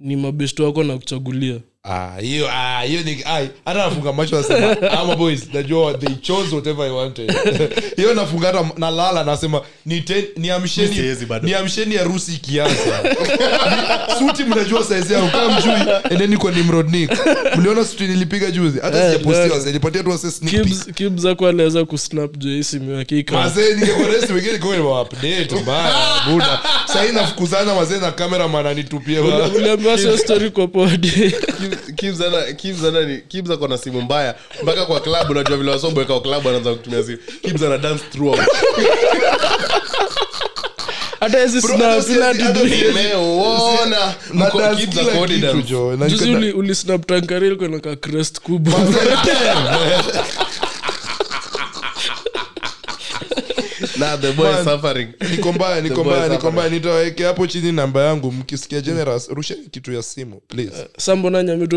S2: ni mabesto wako na kuchagulia
S4: Ah, hiyo ah, hiyo ni ai hata nafunga macho nasema ah, my boys najua they chose whatever I wanted hiyo nafunga hata nalala nasema nite-
S3: Mi
S4: niamsheni
S3: siwezi bado.
S4: niamsheni harusi ikianza Ni- suti mnajua saizi yangu kama mjui endeni kwa Nimrod Nick mliona suti nilipiga juzi hata
S2: Eh,
S4: sijapostiwa
S2: bro.
S4: nilipatia tu wase sneak peek
S2: Kibz- Kibz ako aliweza kusnap juu ya hii simu yake ika
S4: mazee ningekoresi wengine kwa hiyo update mbaya buda sasa nafukuzana mazee na kamera mananitupie
S2: uliambiwa sio story kwa podi
S3: kibs akona simu mbaya mpaka kwa klabu unajua vile wasomboweka wa klabu anaanza kutumia simu kibs ana dance throughout
S2: hata hizi snap ila hadi-
S3: Nimeona. Mko- Kibz ako ordinance.
S2: juzi uli- ulisnap tankari ilikuwa na ka crest kubwa
S3: Nah, the boy
S4: Man.
S3: is suffering.
S4: nikombaya
S3: The boy
S4: nikombaya
S3: is
S4: nikombaya nitaweke hapo chini namba yangu mkisikia generous rusheni kitu ya simu
S2: Eh,
S4: please
S2: sambona nyamito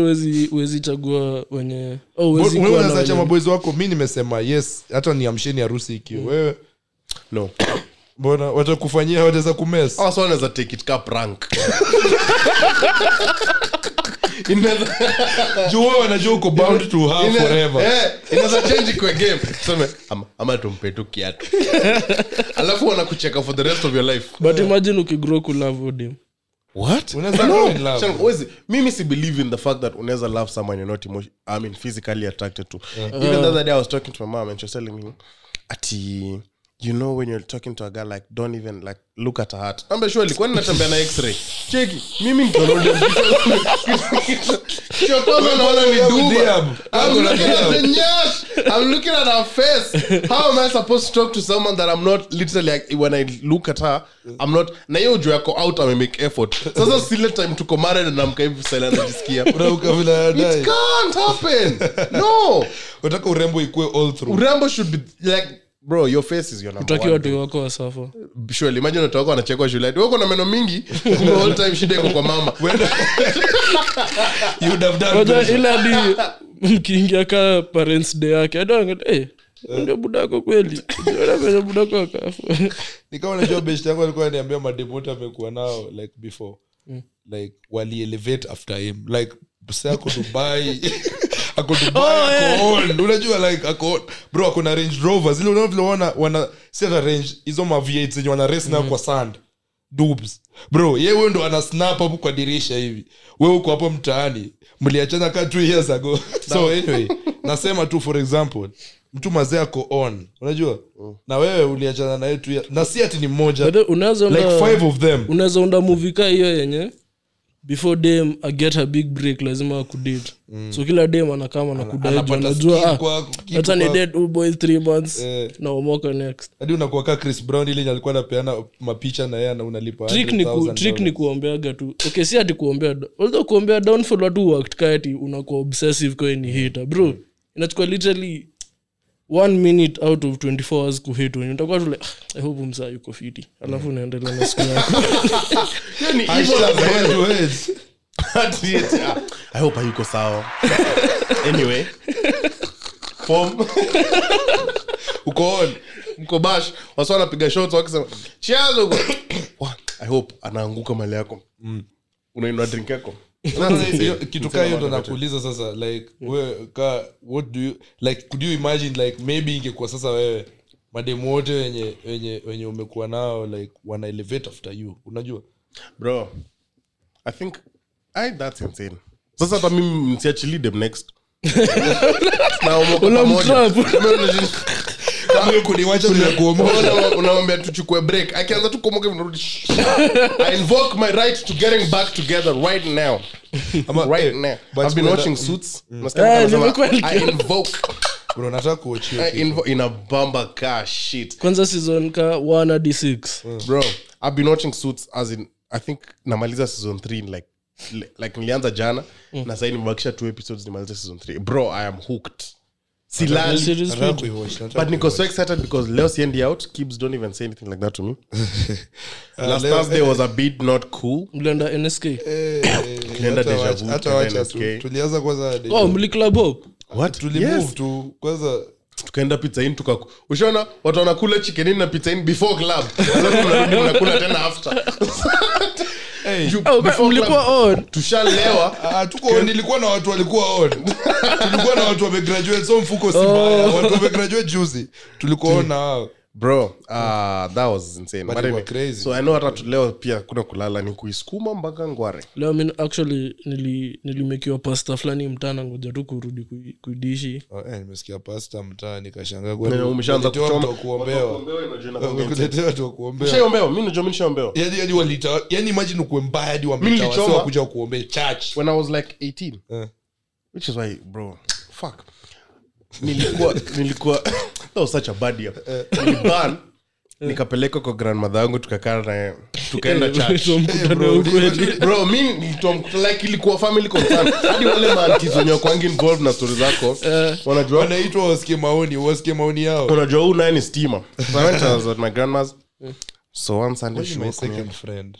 S2: huwezi chagua wenye au huwezi
S4: Wewe
S2: kuwa na
S4: unazacha
S2: wenye-
S4: maboezi wako mi nimesema yes hata niamsheni harusi ikiwa wewe
S3: No.
S4: mbona watakufanyia wataweza kumes
S3: Hawa sawa wanaweza take it ka prank. Inaweza-
S4: juu wewe wanajua uko bound to her
S3: ina-
S4: forever
S3: eh, inaweza change kwa game. Tuseme, ama- ama tumpe tu kiatu alafu wanakucheka for the rest of your life
S2: but imagine ukigrow kulove odim
S3: what
S4: Unaweza grow in love.
S3: Shana, huwezi- mimi si believe in the fact that unaweza love someone you're not emotion, I mean physically attracted to even the other day I was talking to my mom and she was telling me ati you know when you're talking to a girl like don't even like look at her heart ambe surely kwani natembea na x-ray cheki mimi mtonode kichwa kwanza naona ni duba
S4: Diam.
S3: I'm looking at the nyash. I'm looking at her face. How am I supposed to talk to someone that I'm not literally like, when I look at her, I'm not na hiyo juu yako out ame make effort. Sasa sile time tuko married na namka hivi sasa anajisikia.
S4: Unauka vile adai.
S3: It can't happen. No.
S4: Unataka urembo ikue all through
S3: Urembo should be like bro your face is your number
S2: utaki
S3: one.
S2: watu wako wasafa
S3: Surely imagine watu wako wanachekwa shule. Ati, Wewe uko na meno mingi. Kumbe all time shida iko kwa mama.
S4: you would have done
S2: moja
S4: better.
S2: ila hadi mkiingia ka parents day yake adangae ndio budako kweli Unaona venye budako akafa
S4: nikawa najua best yangu alikuwa aniambia mademote amekuwa nao like before
S2: Mm.
S4: like walielevate after him like sa ako dubai ako dubai
S2: Oh,
S4: ako
S2: yeah.
S4: on unajua like ako on bro ako na range rover zile unaona vile wana wana si hata range hizo ma v8 zenye wana race
S2: Mm.
S4: nayo kwa sand dubs bro ye huyo ndo ana snap hapo kwa dirisha hivi we uko hapo mtaani mliachana ka two years ago so anyway nasema tu for example mtu mazee ako on unajua na wewe uliachana naye tu na si ati ni mmoja
S2: But uh, then unaweza
S4: like
S2: unda-
S4: five of them
S2: unaweza unda movie ka hiyo yenye before dem aget a big break lazima akudate mm. so kila dem anakama nakudaju
S4: anapata
S2: anajua
S4: skill
S2: ah,
S4: kwako, kitu
S2: hata ni
S4: kwako.
S2: dead old boy three months
S4: Eh.
S2: naomoka next
S4: hadi unakuwa kaa chris brown ile yenye alikuwa anapeana mapicha na yeye na unalipa
S2: trick ni, ku,
S4: 100,000
S2: trick ni kuombeaga tu okay si ati kuombea do- although kuombea downfall watu waktikati unakuwa obsessive kwa ni hater bro
S3: Mm.
S2: inachukua literally one minute out of 24 hours kuhit wenye utakuwa tule i hope msaa yuko fiti
S3: Mm.
S2: alafu unaendelea na siku yako
S4: Hashtag bad words.
S3: Ati eti, ah, i hope hayuko sawa anyway form uko on mko bash wasa wanapiga shots wakisema chiazo uko Wa, i hope anaanguka mali yako unainua drink yako
S4: Mm. Sasa hiyo- kitu kaa hiyo ndo
S3: Msema
S4: nakuuliza sasa like wewe ka what do you like could you imagine like maybe ingekuwa sasa wewe mademu wote wenye wenye wenye umekuwa nao like wana elevate after you unajua
S3: bro i think i that's insane sasa hata mimi msiachili them next Tunaomoka
S2: Ula
S3: pamoja.
S2: mtrap.
S3: Una- unamwambia tuchukue break akianza tu kuomoka mnarudi i invoke my right to getting back together right now right now
S4: but
S3: i've been
S4: kuna-
S3: watching suits
S2: Eh,
S3: Mnasikia kama
S2: nimekuwa
S3: nasema, i
S2: nikiona.
S3: invoke
S4: bro nataka kuochia
S3: I invo- ina bamba ka shit
S2: kwanza season ka 1 hadi 6
S3: bro i've been watching suits as in i think namaliza season 3 in like li- like nilianza jana na sahii nimebakisha two episodes nimaliza season 3 bro i am hooked
S2: Na
S3: silali
S2: series
S4: nataka
S2: mbili.
S4: kuiwatch nataka
S3: but niko so excited because leo siendi out kids don't even say anything like that to me
S4: Ah,
S3: last
S4: leo-
S3: thursday was a bit not cool
S2: mlienda nsk
S4: Eh, eh,
S3: Tulienda
S4: hata
S3: Deja
S4: wacha-
S3: Vu,
S4: hata
S3: tukaenda
S4: wacha tu.
S3: NSK.
S4: tulianza kwanza Deja
S2: oh
S4: Vu.
S2: mliclub hop
S3: what
S4: tulimove
S3: yes.
S4: tu kwanza
S3: tukaenda pizza in tukaku ushaona watu wanakula chicken in na pizza in before club Sasa tunarudi tunakula tena after Ju-
S2: Oh,
S3: before club,
S2: mlikuwa on
S3: tushalewa
S4: Ah, tuko on, nilikuwa na watu walikuwa on tulikuwa na watu wamegraduate so mfuko si mbaya watu wamegraduate juzi tulikuwa on na wao
S3: bro uh, that was insane
S4: But
S3: But
S4: it was
S3: anyway,
S4: crazy.
S3: so i know hata tu- leo pia kuna kulala ni kuisukuma mpaka ngware
S2: leo mi actually nili nilimekiwa pasta fulani mtana ngoja tu kurudi kui- kuidishi
S4: Oh, eh, nimesikia pasta mtaa nikashangaa
S3: Na umeshaanza kuchoma.
S4: kuombewa Wamekuletea watu wa kuombewa
S3: Nishaombewa, mi najua mi nishaombewa.
S4: yani yani walita yani imagine ukuwe mbaya hadi
S3: Mimi
S4: wamita
S3: nilichoma.
S4: wasio kuja kuombea church
S3: when i was like 18
S4: Eh.
S3: which is why bro fuck nilikuwa nilikuwa that was such a bad year niliban nikapeleka kwa grandmother yangu tukakaa naye tukaenda church Eh,
S2: Ndio mkutano wa ukweli.
S3: bro mi nilitoa mkuta- like ilikuwa family concern hadi wale maantis wenye wakwangi involved na story zako wanajua
S4: wanaitwa wasikie maoni wasikie maoni yao
S3: unajua huu naye ni steamer so i went I was at my grandma's so one sunday she
S4: my
S3: woke me
S4: second friend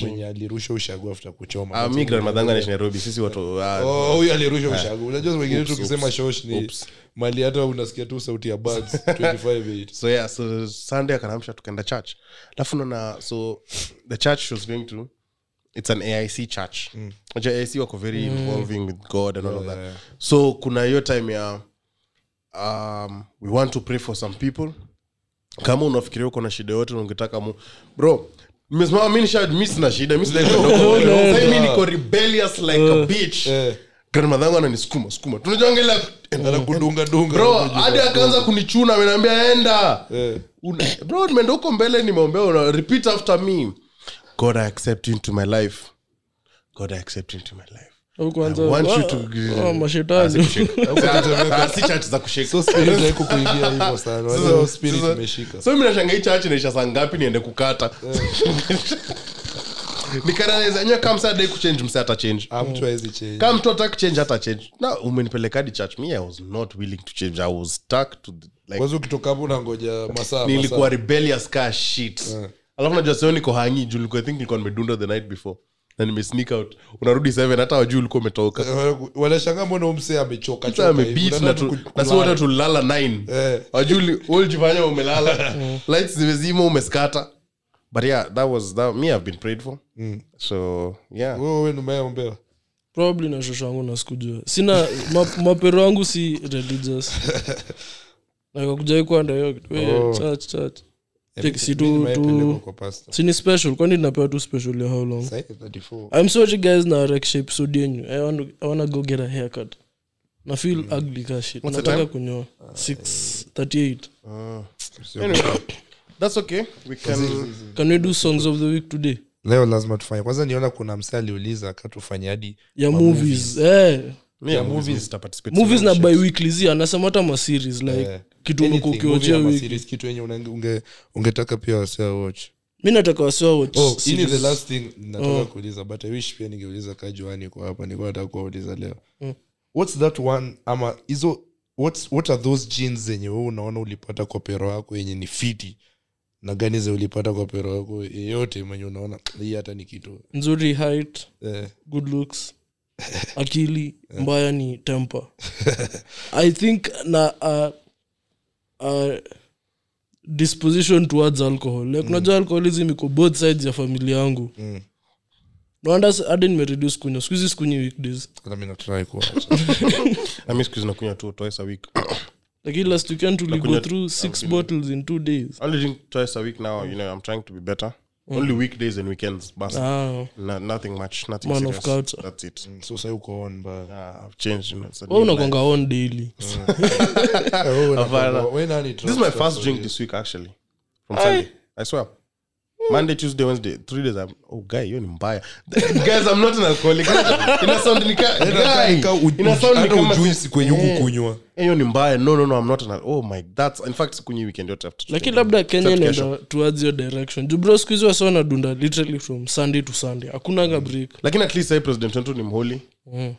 S4: mwenye alirusha ushago after kuchoma
S3: Ah, mi grandmother yangu anaishi nairobi sisi watu ah,
S4: Oh, huyu alirusha ushago unajua wengine
S3: Oops,
S4: tukisema
S3: oops,
S4: shosh ni
S3: oops.
S4: mali hata unasikia tu sauti ya birds 25 8
S3: so yeah so sunday akanaamsha tukaenda church alafu naona so the church she was going to it's an aic church mm. aic wako very involving with god and all of that
S4: yeah, yeah.
S3: so kuna hiyo time ya um, we want to pray for some people kama unafikiria uko na shida yote na ungetaka mu bro nimesimama mi nisha mi sina shida mi sina Sasa mi niko rebellious like a bitch
S4: eh.
S3: grandmother yangu ananisukuma sukuma tunajongelea
S4: anakudunga dunga
S3: bro
S4: unajua.
S3: hadi akaanza kunichuna amenambia enda
S4: Eh.
S3: Una- bro nimeenda huko mbele nimeombea una repeat after me god i accept you into my life god i accept you into my life
S2: Au kwanza-
S3: I want you
S2: ah,
S3: to-
S2: ah, mashetani
S3: Ah, si church za kushika
S4: so spirit haiku kuingia hivyo sana unajua spirit imeshika Eh.
S3: so minashanga hii chachi naisha saa ngapi niende kukata nikaraezanya kamsadai kuchange msa ata change
S4: Ah, mtu hawezi change
S3: kama mtu ataki change hata change na umenipeleka hadi church me i was not willing to change i was stuck to the, like
S4: kwanza ukitoka hapo unangoja masaa
S3: nilikuwa rebellious ka shit alafu najua sio niko hangi juu nilikuwa I think nilikuwa nimedunda the night before na nimesneak out unarudi seven hata wajuu ulikuwa umetoka
S4: masaa. wanashangaa Eh, mbona umse amechoka
S3: Sasa amebeat na tu- na si wote tulilala nine
S4: Eh.
S3: wajuu ulijifanya umelala lights zimezima umeskata but yeah that was that, me i've been prayed for
S2: Mm.
S3: so yeah
S4: wewe nimeombewa
S2: probably na shosho yangu nasikujua sina ma, mapero yangu si religious nakakujai kwanda hiyo kitu. We,
S4: Oh.
S2: church, church. Take- si
S4: Mimi
S2: tu-
S4: nimepelekwa
S2: tu
S4: kwa pastor
S2: sini special kwani napewa tu special ya how
S3: Hmm?
S2: long
S4: Sasa hivi 34
S2: i'm sorry guys na rekisha episode yenyu I want, to- i wanna go get a haircut na feel
S4: Hmm.
S2: ugly ka shit
S3: What's the
S2: nataka
S3: time?
S2: kunyoa
S4: Ah,
S2: 638
S3: Ah, anyway, that's okay we can
S2: can we do songs of the week today
S4: leo lazima tufanye kwanza niona kuna msee aliuliza katufanye hadi
S2: ya
S4: wa
S2: movies eh.
S3: Me
S4: Yeah,
S3: and
S4: movies.
S3: movies nitaparticipate
S2: movies
S3: sana
S2: na
S3: shit.
S2: biwikli zi anasema hata maseries like
S4: Eh,
S2: kitu umekuwa
S4: anything, movie
S2: ukiojea
S4: ama
S2: wiki
S4: series, kitu yenye unange- unge- ungetaka pia wasea watch
S2: mi nataka wasiwa
S4: Oh, hii ni the last thing
S3: Mm.
S4: nataka kuuliza but i wish pia ningeuliza kaa juani iko hapa nilikuwa nataka kuwauliza leo
S2: Mm.
S4: whats that one ama hizo what's, what are those jeans zenye wewe unaona ulipata kwa pero yako yenye ni fiti na gani ze ulipata kwa pero yako yeyote mwenye unaona hii hata ni kitu
S2: nzuri height
S4: eh,
S2: good looks akili mbaya ni temper i think na uh, uh, disposition towards alcohol like unajua alcoholism iko both sides ya familia yangu
S4: Mm.
S2: naanda hadi nimereduce kunywa sikuhizi sikunywi weekdays
S4: hata mimi natry kuacha.
S3: Na mi siku hizi nakunywa tu twice a week
S2: lakini last weekend tuligo
S3: Nakunywa-
S2: through six bottles in two days
S3: I only drink twice a week now you know i'm trying to be better
S2: Mm.
S3: only weekdays and weekends bas
S2: ah.
S3: Na- nothing much nothing
S2: Man of
S3: serious.
S2: culture.
S3: that's it
S4: so sasa uko on but
S3: Ah, i've changed you know, it's a
S2: we
S3: new life.
S2: unakwanga on daily
S4: Mm. Ah, Wewe
S3: Hapana.
S4: unakwambia, wewe nani
S3: this is my
S4: trust
S3: first
S4: yako
S3: drink this week actually from sunday i swear
S2: Mm.
S3: monday tuesday wednesday three days I'm, oh guy you're mbaya guys i'm not an alcoholic in a sound nika
S4: Hata
S3: guy
S4: nika uj-
S3: in a sound
S4: hata
S3: nika
S4: ujui siku yenye huku
S3: Eh.
S4: kunywa
S3: Eh, hiyo ni mbaya no no no i'm not an al- oh my that's in fact kunyi weekend yote after
S2: lakini labda kenya
S3: Except
S2: inaenda towards your direction jubro skuhizi wasi wanadunda literally from sunday to sunday hakunanga break
S3: lakini at least sai president wetu ni mholi
S4: Eh,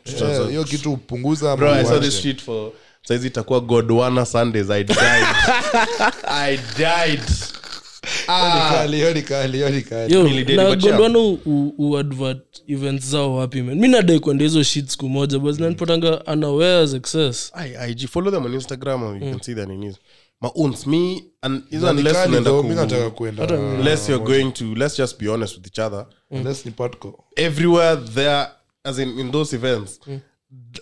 S4: hiyo kitu upunguza ama
S3: bro i saw
S4: uache.
S3: this shit for saizi itakuwa godwana sundays i died i died
S4: Hiyo ni kali, hiyo ni kali, hiyo ni kali.
S2: Yo,
S3: Military
S2: na
S3: but yeah.
S2: godwana u- u- uadvert events zao wapi man mi nadai kwenda hizo shit siku moja but zinanipatanga unaware as excess
S3: I, IG, follow them on instagram you can see their news maons me and is
S4: Ni
S3: unless
S4: kali
S3: unaenda
S4: though,
S3: ku- Ah,
S4: mi nataka kuenda
S3: unless you're going to let's just be honest with each other
S4: Unless ni Patco.
S3: everywhere there as in in those events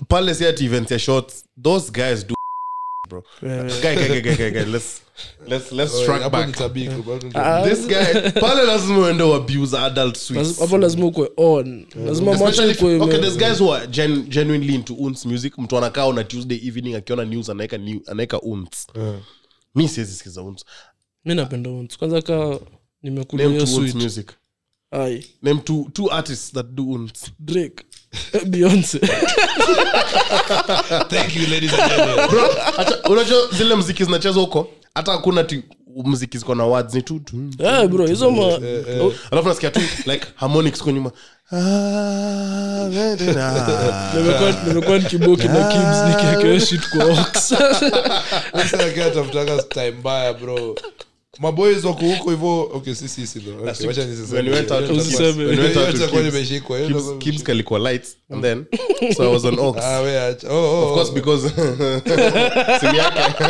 S3: pale si at events ya shots those guys do bro guy, guy, guy, guy, guy, guy, let's let's let's strike
S4: Hapo ni
S3: back
S4: tabiki, hapo ni
S2: Ah,
S3: this guy pale lazima uende uabuse adult
S2: laz-
S3: sweets
S2: hapo lazima ukwe on lazima macho
S3: Especially if-
S2: ikwe
S3: okay,
S2: ime-
S3: there's guys who are gen, genuinely into uns music mtu anakaa on a tuesday evening akiona news anaeka new, anaeka uns
S4: Eh.
S3: mi siwezi sikiza uns
S2: mi napenda ons kwanza kaa nimekula
S3: name
S2: hiyo
S3: two uns
S2: sweet
S3: music
S2: ai
S3: name two, two artists that do uns
S2: drake Eh, beyonce
S3: Bro, acha- unajua zile mziki zinachezwa huko hata hakuna ti mziki ziko na words ni tu tu
S2: Eh, bro hizo ma
S3: eh.
S2: Oh,
S3: alafu nasikia tu like harmonics kwa nyuma Ah, very nice.
S2: nimekuwa- nimekuwa nikiboki na kibs nikiekea shit kwa ox
S4: Sasa yake atafutanga time mbaya, bro. Maboys wako huko hivyo okay sisi sisi though. Okay, wacha nisiseme.
S3: When we went out to
S4: Wacha-
S3: Kibs-
S2: Usiseme.
S3: when we went out to
S4: wacha kwa
S3: Kibs,
S4: nimeshikwa, hiyo ndo
S3: Kibs-
S4: kwa-
S3: Kibs kalikuwa lights and then so I was on ox
S4: Ah, we acha. Oh, oh,
S3: of course
S4: oh.
S3: because simu yake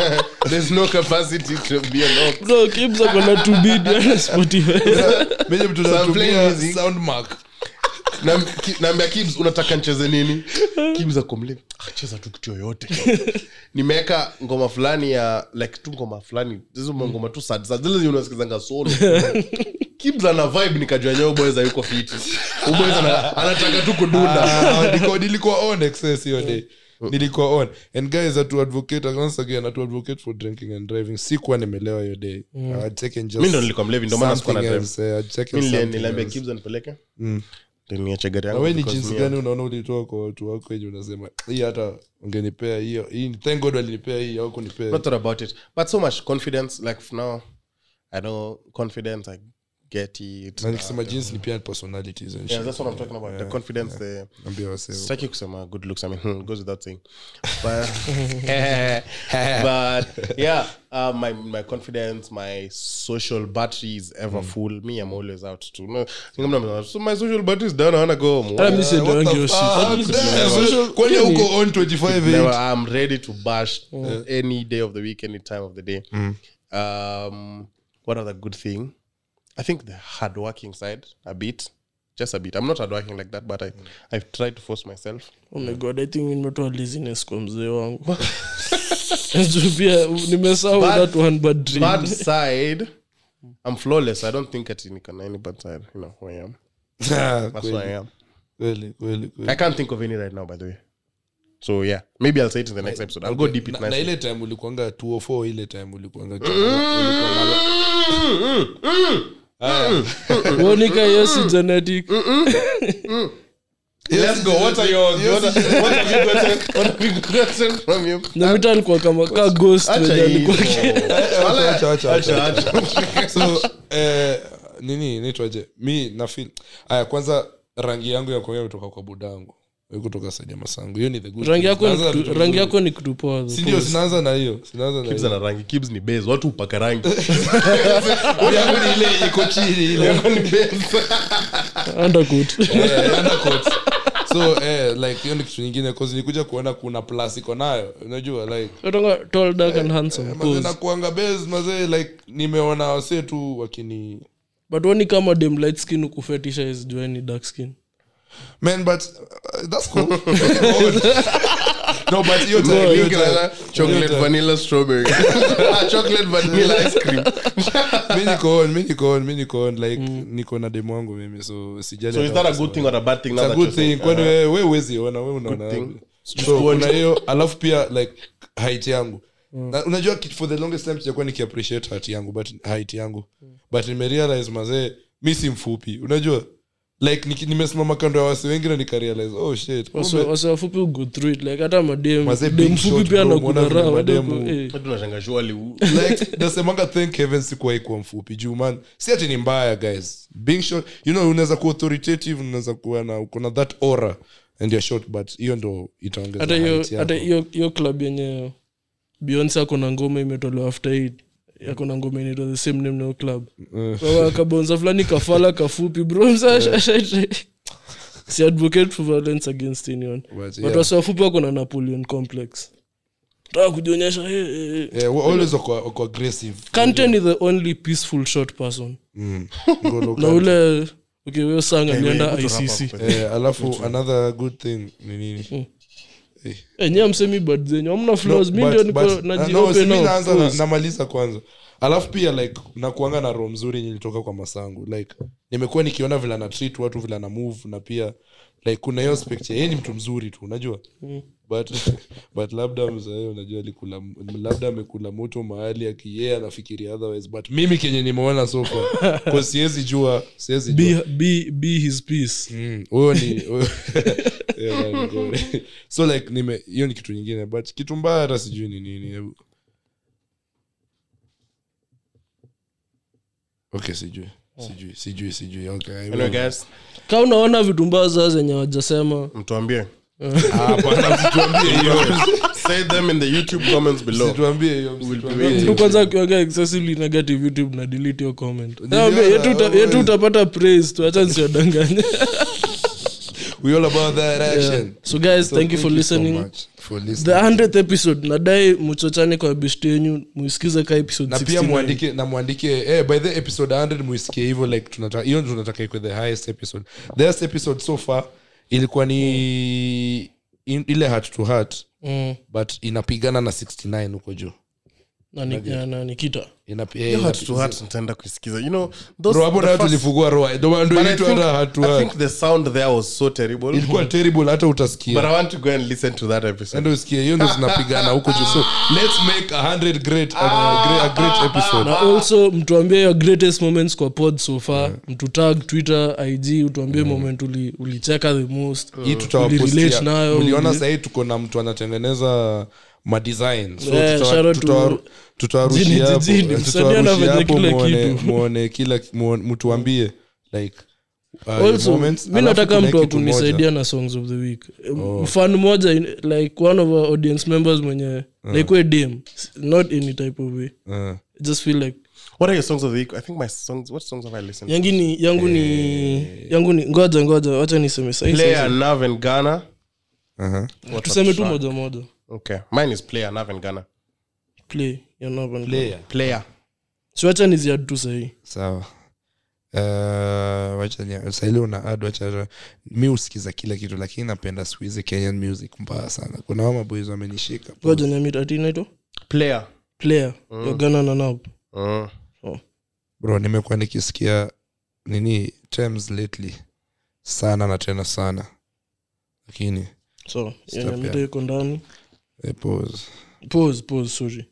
S3: there's no capacity to be an ox
S2: bro kibs akona tubidi na spotify
S4: Mimi mtu
S3: So I'm
S4: natumia
S3: playing music.
S4: sound mark.
S3: Na- ki- naambia kibs unataka ncheze nini kibs akomle "Ah, cheza tu kitu yoyote nimeweka ngoma fulani ya like tu ngoma fulani hizo ngoma tu sad sad zile zenye unasikizanga solo kibs ana vibe nikajua nyao boyza yuko fiti uboyza ana- anataka tu kudunda
S4: Ah, niko- nilikuwa on excess hiyo day
S3: Oh.
S4: nilikuwa on and guys atu advocate once again atu advocate for drinking and driving sikuwa nimelewa hiyo day I'd taken just
S3: mi ndo nilikuwa mlevi ndio maana sikuwa na
S4: something
S3: drive
S4: else, eh, I'd taken
S3: Mi nili-
S4: something
S3: niliambia
S4: else.
S3: kibs anipeleke ndio niache gari
S4: Mm. Na
S3: yangu
S4: we ni
S3: because
S4: jinsi
S3: mi-
S4: gani unaona ulitoa kwa watu wako enye unasema hii hata ungenipea hiyo hii thank god walinipea hii au kunipea
S3: not thought about it but so much confidence like for now i know confidence i get it
S4: na nikisema jinsi ni pia personalities
S3: yeah
S4: and shit
S3: that's what i'm talking about the confidence the
S4: ambia wasee
S3: sitaki kusema good looks i mean hmm, goes without saying but, but yeah uh, my, my confidence my social battery is ever full me i'm always out to no, so my social battery is down i want to go home
S2: Hata mi sielewangi hiyo shit. At least-
S4: kwani huko on 25
S3: Never, I'm ready to bash uh,
S4: Mm.
S3: any day of the week, any time of the day. Um, what other good thing? I think the hardworking side a bit, just a bit. I'm not hardworking like that, but I,
S4: Mm.
S3: I've tried to force myself.
S2: oh my god i think nimetoa laziness kwa mzee wangu Juu pia nimesahau
S3: Bad-
S2: that one bad dream.
S3: Bad side, I'm flawless. I don't think at any can any bad side. You know who I am.
S4: Ah,
S3: That's who I
S4: kweli,
S3: am.
S4: kweli, kweli, kweli.
S3: I can't think of any right now, by the way. So yeah, maybe I'll say it in the next episode. I'll go deep it
S4: Na- na
S3: nicely.
S4: ile time oh
S3: Mm,
S4: ulikuanga 204 ile time ulikuanga
S2: wonika hiyo si genetic
S4: Let's go. What are yours?
S3: Yes,
S4: What are- what have you gotten? What have you gotten from your-
S2: na mita alikuwa kama ka ghost
S3: Acha
S2: wenye alikuwa
S3: hizo.
S2: aki-
S4: Acha, acha, acha, acha.
S3: Acha, acha.
S4: so eh, nini naitwaje mi nafil aya kwanza rangi yangu ya kuongea kutoka kwa budangu kutoka sadia masangu hiyo ni the good
S2: rangi
S4: thing.
S2: yako ni
S4: Naanza na
S2: kutu-
S4: vitu
S2: rangi
S4: vizuri.
S2: yako ni kutupoa
S4: Si ndio sinaanza na hiyo sinaanza na
S3: Kibs
S4: hiyo
S3: ana rangi kibs ni base watu upaka rangi
S4: yangu ni Yaani ile iko chini ile
S2: undercoat
S4: Eh, undercoat. so eh, like hiyo ni kitu nyingine cause nilikuja kuona kuna plus iko nayo unajua like
S2: Kutoka tall dark and handsome
S4: mazee
S2: pose.
S4: nakuanga base mazee like nimeona wasee tu wakini
S2: but woni kama dem light skin ukufetisha is jua ni dark skin
S4: man but uh, that's cool no but hiyo time, hiyo
S3: Mingi
S4: time.
S3: na- chocolate
S4: Hiyo time.
S3: vanilla strawberry Ah, chocolate vanilla ice cream
S4: mi niko on mi niko on mi niko on like niko na demu wangu mimi so sijali
S3: so is that
S4: hata
S3: uh, a
S4: wasema.
S3: good thing or a bad thing
S4: It's a good thing kwani wewe wewe huwezi ona wewe
S3: Good
S4: unaona
S3: thing.
S4: so kuna hiyo alafu pia like height yangu na, unajua ki- for the longest time sijakuwa nikiappreciate height yangu but height yangu but nimerealize mazee mi si mfupi unajua like niki- nimesimama kando ya wasi wengi na nikarealize oh shit
S2: Wase-
S4: kumbe-
S2: wase wafupi ugo through it like hata madem
S4: Wazee
S2: dem
S4: big
S2: fupi
S4: shot,
S2: pia
S4: bro, umeona
S2: anakudharau,
S4: vile
S2: hadi
S4: mademu-
S2: uko- eh.
S4: like nasemanga thank heaven sikuwahi kuwa mfupi juu man si ati ni mbaya guys being short you know unaweza kuwa authoritative unaweza kuwa na uko na that aura and you're short but hiyo ndo itaongeza
S2: hata hiyo
S4: height yako.
S2: hata hiyo hiyo club yenye beyonce ako na ngoma imetolewa after it
S4: Mm.
S2: ako na ngoma inaitwa the same name na hiyo club
S4: Eh.
S2: Kwa kabonza fulani kafala kafupi bro msa- si advocate for violence against anyone
S4: But,
S2: but
S4: yeah.
S2: wase wafupi wako na napoleon complex taka kujionyesha hey, hey, hey.
S4: Yeah, wa- always wako- wako aggressive
S2: Kante ni the only peaceful short person na
S4: Ngolo Kante.
S2: ule ukiweo sang
S3: we
S2: alienda
S3: need to wrap
S2: icc
S3: up.
S4: Eh, alafu another good thing ni
S2: Mm.
S4: nini
S2: enyewe Eh, msemi bad zenyu amna flaws mi
S4: but-
S2: ndio
S4: but-
S2: niko
S4: ah, no, si
S2: najiopen
S4: mi naanza na-
S2: now
S4: namaliza kwanza alafu pia like nakuanga na roho mzuri nilitoka kwa masangu like nimekuwa nikiona vile ana treat watu vile ana move na pia like kuna hiyo aspect ya yeye ni mtu mzuri tu unajua
S2: Mm.
S4: but but labda mzee unajua alikula labda amekula moto mahali akiyeye anafikiria otherwise but mimi kenye nimeona so far kwa siwezi jua siwezi
S2: be,
S4: jua
S2: be, be his peace
S4: Mm, huyo ni huyo- Yeah, that is good. so like nime hiyo ni kitu nyingine but kitu mbaya hata sijui ni nini hebu. okay sijui sijui sijui sijui okay I will.
S2: ka unaona vitu mbaya zaa zenye
S4: Eh,
S2: wajasema
S3: mtuambie
S4: Ah, bana, msituambie hiyo
S3: say them in the youtube comments below
S4: msituambie hiyo
S3: We'll be
S4: msituambie
S2: mtu
S4: hiyo.
S2: kwanza akiwanga excessively negative youtube na delete your comment
S4: Niliona,
S2: Naambia, yetu uta-
S4: always.
S2: yetu utapata praise tu acha nisiwadanganye
S4: we all about that action
S2: so guys
S4: So
S2: thank you for
S4: so
S2: listening
S4: much for
S2: the
S4: listening
S2: 100th episode nadai mchochane kwa beshte yenyu muisikize ka episode
S4: na pia
S2: 69.
S4: mwandike na mwandike eh, by the episode 100 muisikie hivyo like tunataka hiyo ndio tunataka ikwe the highest episode the highest episode so far ilikuwa ni in, ile heart to heart
S2: Mm,
S4: but inapigana na 69 huko juu
S2: na ni- na- na nikita
S4: Inapi- eh,
S3: Hiyo heart
S4: inapi-
S3: to heart nitaenda kuisikiza you know
S4: Bro,
S3: those
S4: hapo
S3: the
S4: nayo
S3: first-
S4: tulifungua roho ndio maana ndio
S3: but I
S4: inaitwa
S3: think-
S4: hata heart to
S3: I
S4: heart
S3: think the sound there was so terrible
S4: ilikuwa terrible hata
S3: but
S4: utasikia
S3: i want to go and listen to that episode
S4: ndio usikie hiyo ndio zinapigana huko juu so let's make a 100 great a, a great, a great episode
S2: na also mtuambie your greatest moments kwa pod so far mtutag twitter ig utuambie moment uli- ulicheka the most
S4: hii
S2: ulirelate
S4: tutawapostia
S2: nayo
S4: mliona
S2: uli-
S4: sahii tuko na mtu anatengeneza madesign so
S2: Eh,
S4: tutawa-
S2: shout out to
S4: tutawa- tutawarushia
S2: Jini
S4: hapo-
S2: Jijini, msanii
S4: tutawarushia
S2: anafanya
S4: hapo
S2: kila
S4: muone-
S2: kitu.
S4: muone kila muone- mtuambie like uh,
S2: Also,
S4: moments.
S2: mi
S4: Alafu
S2: nataka
S4: kuna
S2: mtu wa
S4: kitu moja.
S2: kunisaidia na songs of the week oh. mfano moja in- like one of our audience members mwenye like we dem not any type of way
S4: Eh,
S2: just feel like
S3: what are your songs of the week i think my songs what songs have i listened to
S2: yangu ni yangu
S4: Eh.
S2: ni yangu ni ngoja ngoja wacha niseme sahii
S3: player nerve and ghana
S4: aha.
S2: sasa. tuseme tu moja moja
S3: okay mine is player nerve and ghana
S2: play you know, Van Gogh.
S3: player
S2: So wacha niziad tu sahii
S4: sawa Eh, wacha ni- sahili una ad wacha mi husikiza kila kitu lakini napenda siku hizi kenyan music mbaya sana kuna hao maboys wamenishika
S2: ngoja niamit ati inaitwa
S3: player
S2: player ya Ghana na nab
S3: mm.
S4: bro nimekuwa nikisikia nini terms lately sana na tena sana lakini
S2: so
S4: Stop
S2: yanyamita
S4: ya.
S2: iko ndani
S4: eh, pause.
S2: pause pause sorry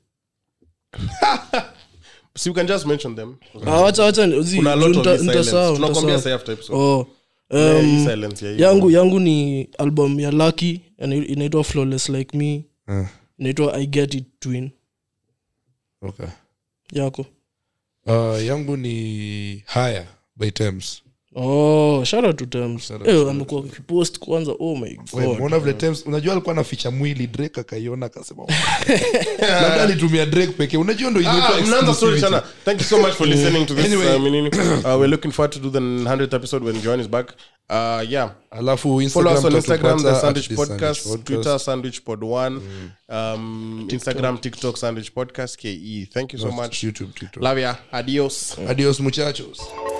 S3: so you can just mention them
S2: Ah, wacha- wacha ni- zi,
S3: kuna a lot
S2: juu
S3: of
S2: nita-
S3: his silence.
S2: nitasahau,
S3: tunakwambia
S2: nitasahau.
S3: sai after episode
S2: Oh,
S3: Yeah, his
S2: um,
S3: silence, yeah, you-
S2: yangu yangu ni album ya lucky and it- inaitwa flawless like me
S4: Ah,
S2: inaitwa i get it twin
S4: okay.
S2: yako
S4: Ah, yangu ni haya by terms
S2: oh shara to terms
S4: Shout out
S2: Eh,
S4: to
S2: amekuwa kipost kwanza oh my
S4: Wait,
S2: god
S4: one of the times unajua alikuwa anaficha mwili drake akaiona akasema "Oh." labda alitumia drake pekee unajua ndo inaitwa
S3: Ah, mnaanza story
S4: exclusivity.
S3: sana. Thank you so much for listening to this.
S4: Anyway.
S3: uh, minini. Uh, we're looking forward to do the 100th episode when Johan is back. Uh, yeah.
S4: alafu
S3: Follow us on Instagram,
S4: tatupata
S3: The
S4: at
S3: Sandwich
S4: The
S3: Podcast,
S4: Sandwich
S3: Twitter, Sandwich Pod One, um, Instagram, TikTok, Sandwich Podcast, KE. E. Thank you so much.
S4: YouTube, TikTok.
S3: Love ya. Adios.
S4: adios muchachos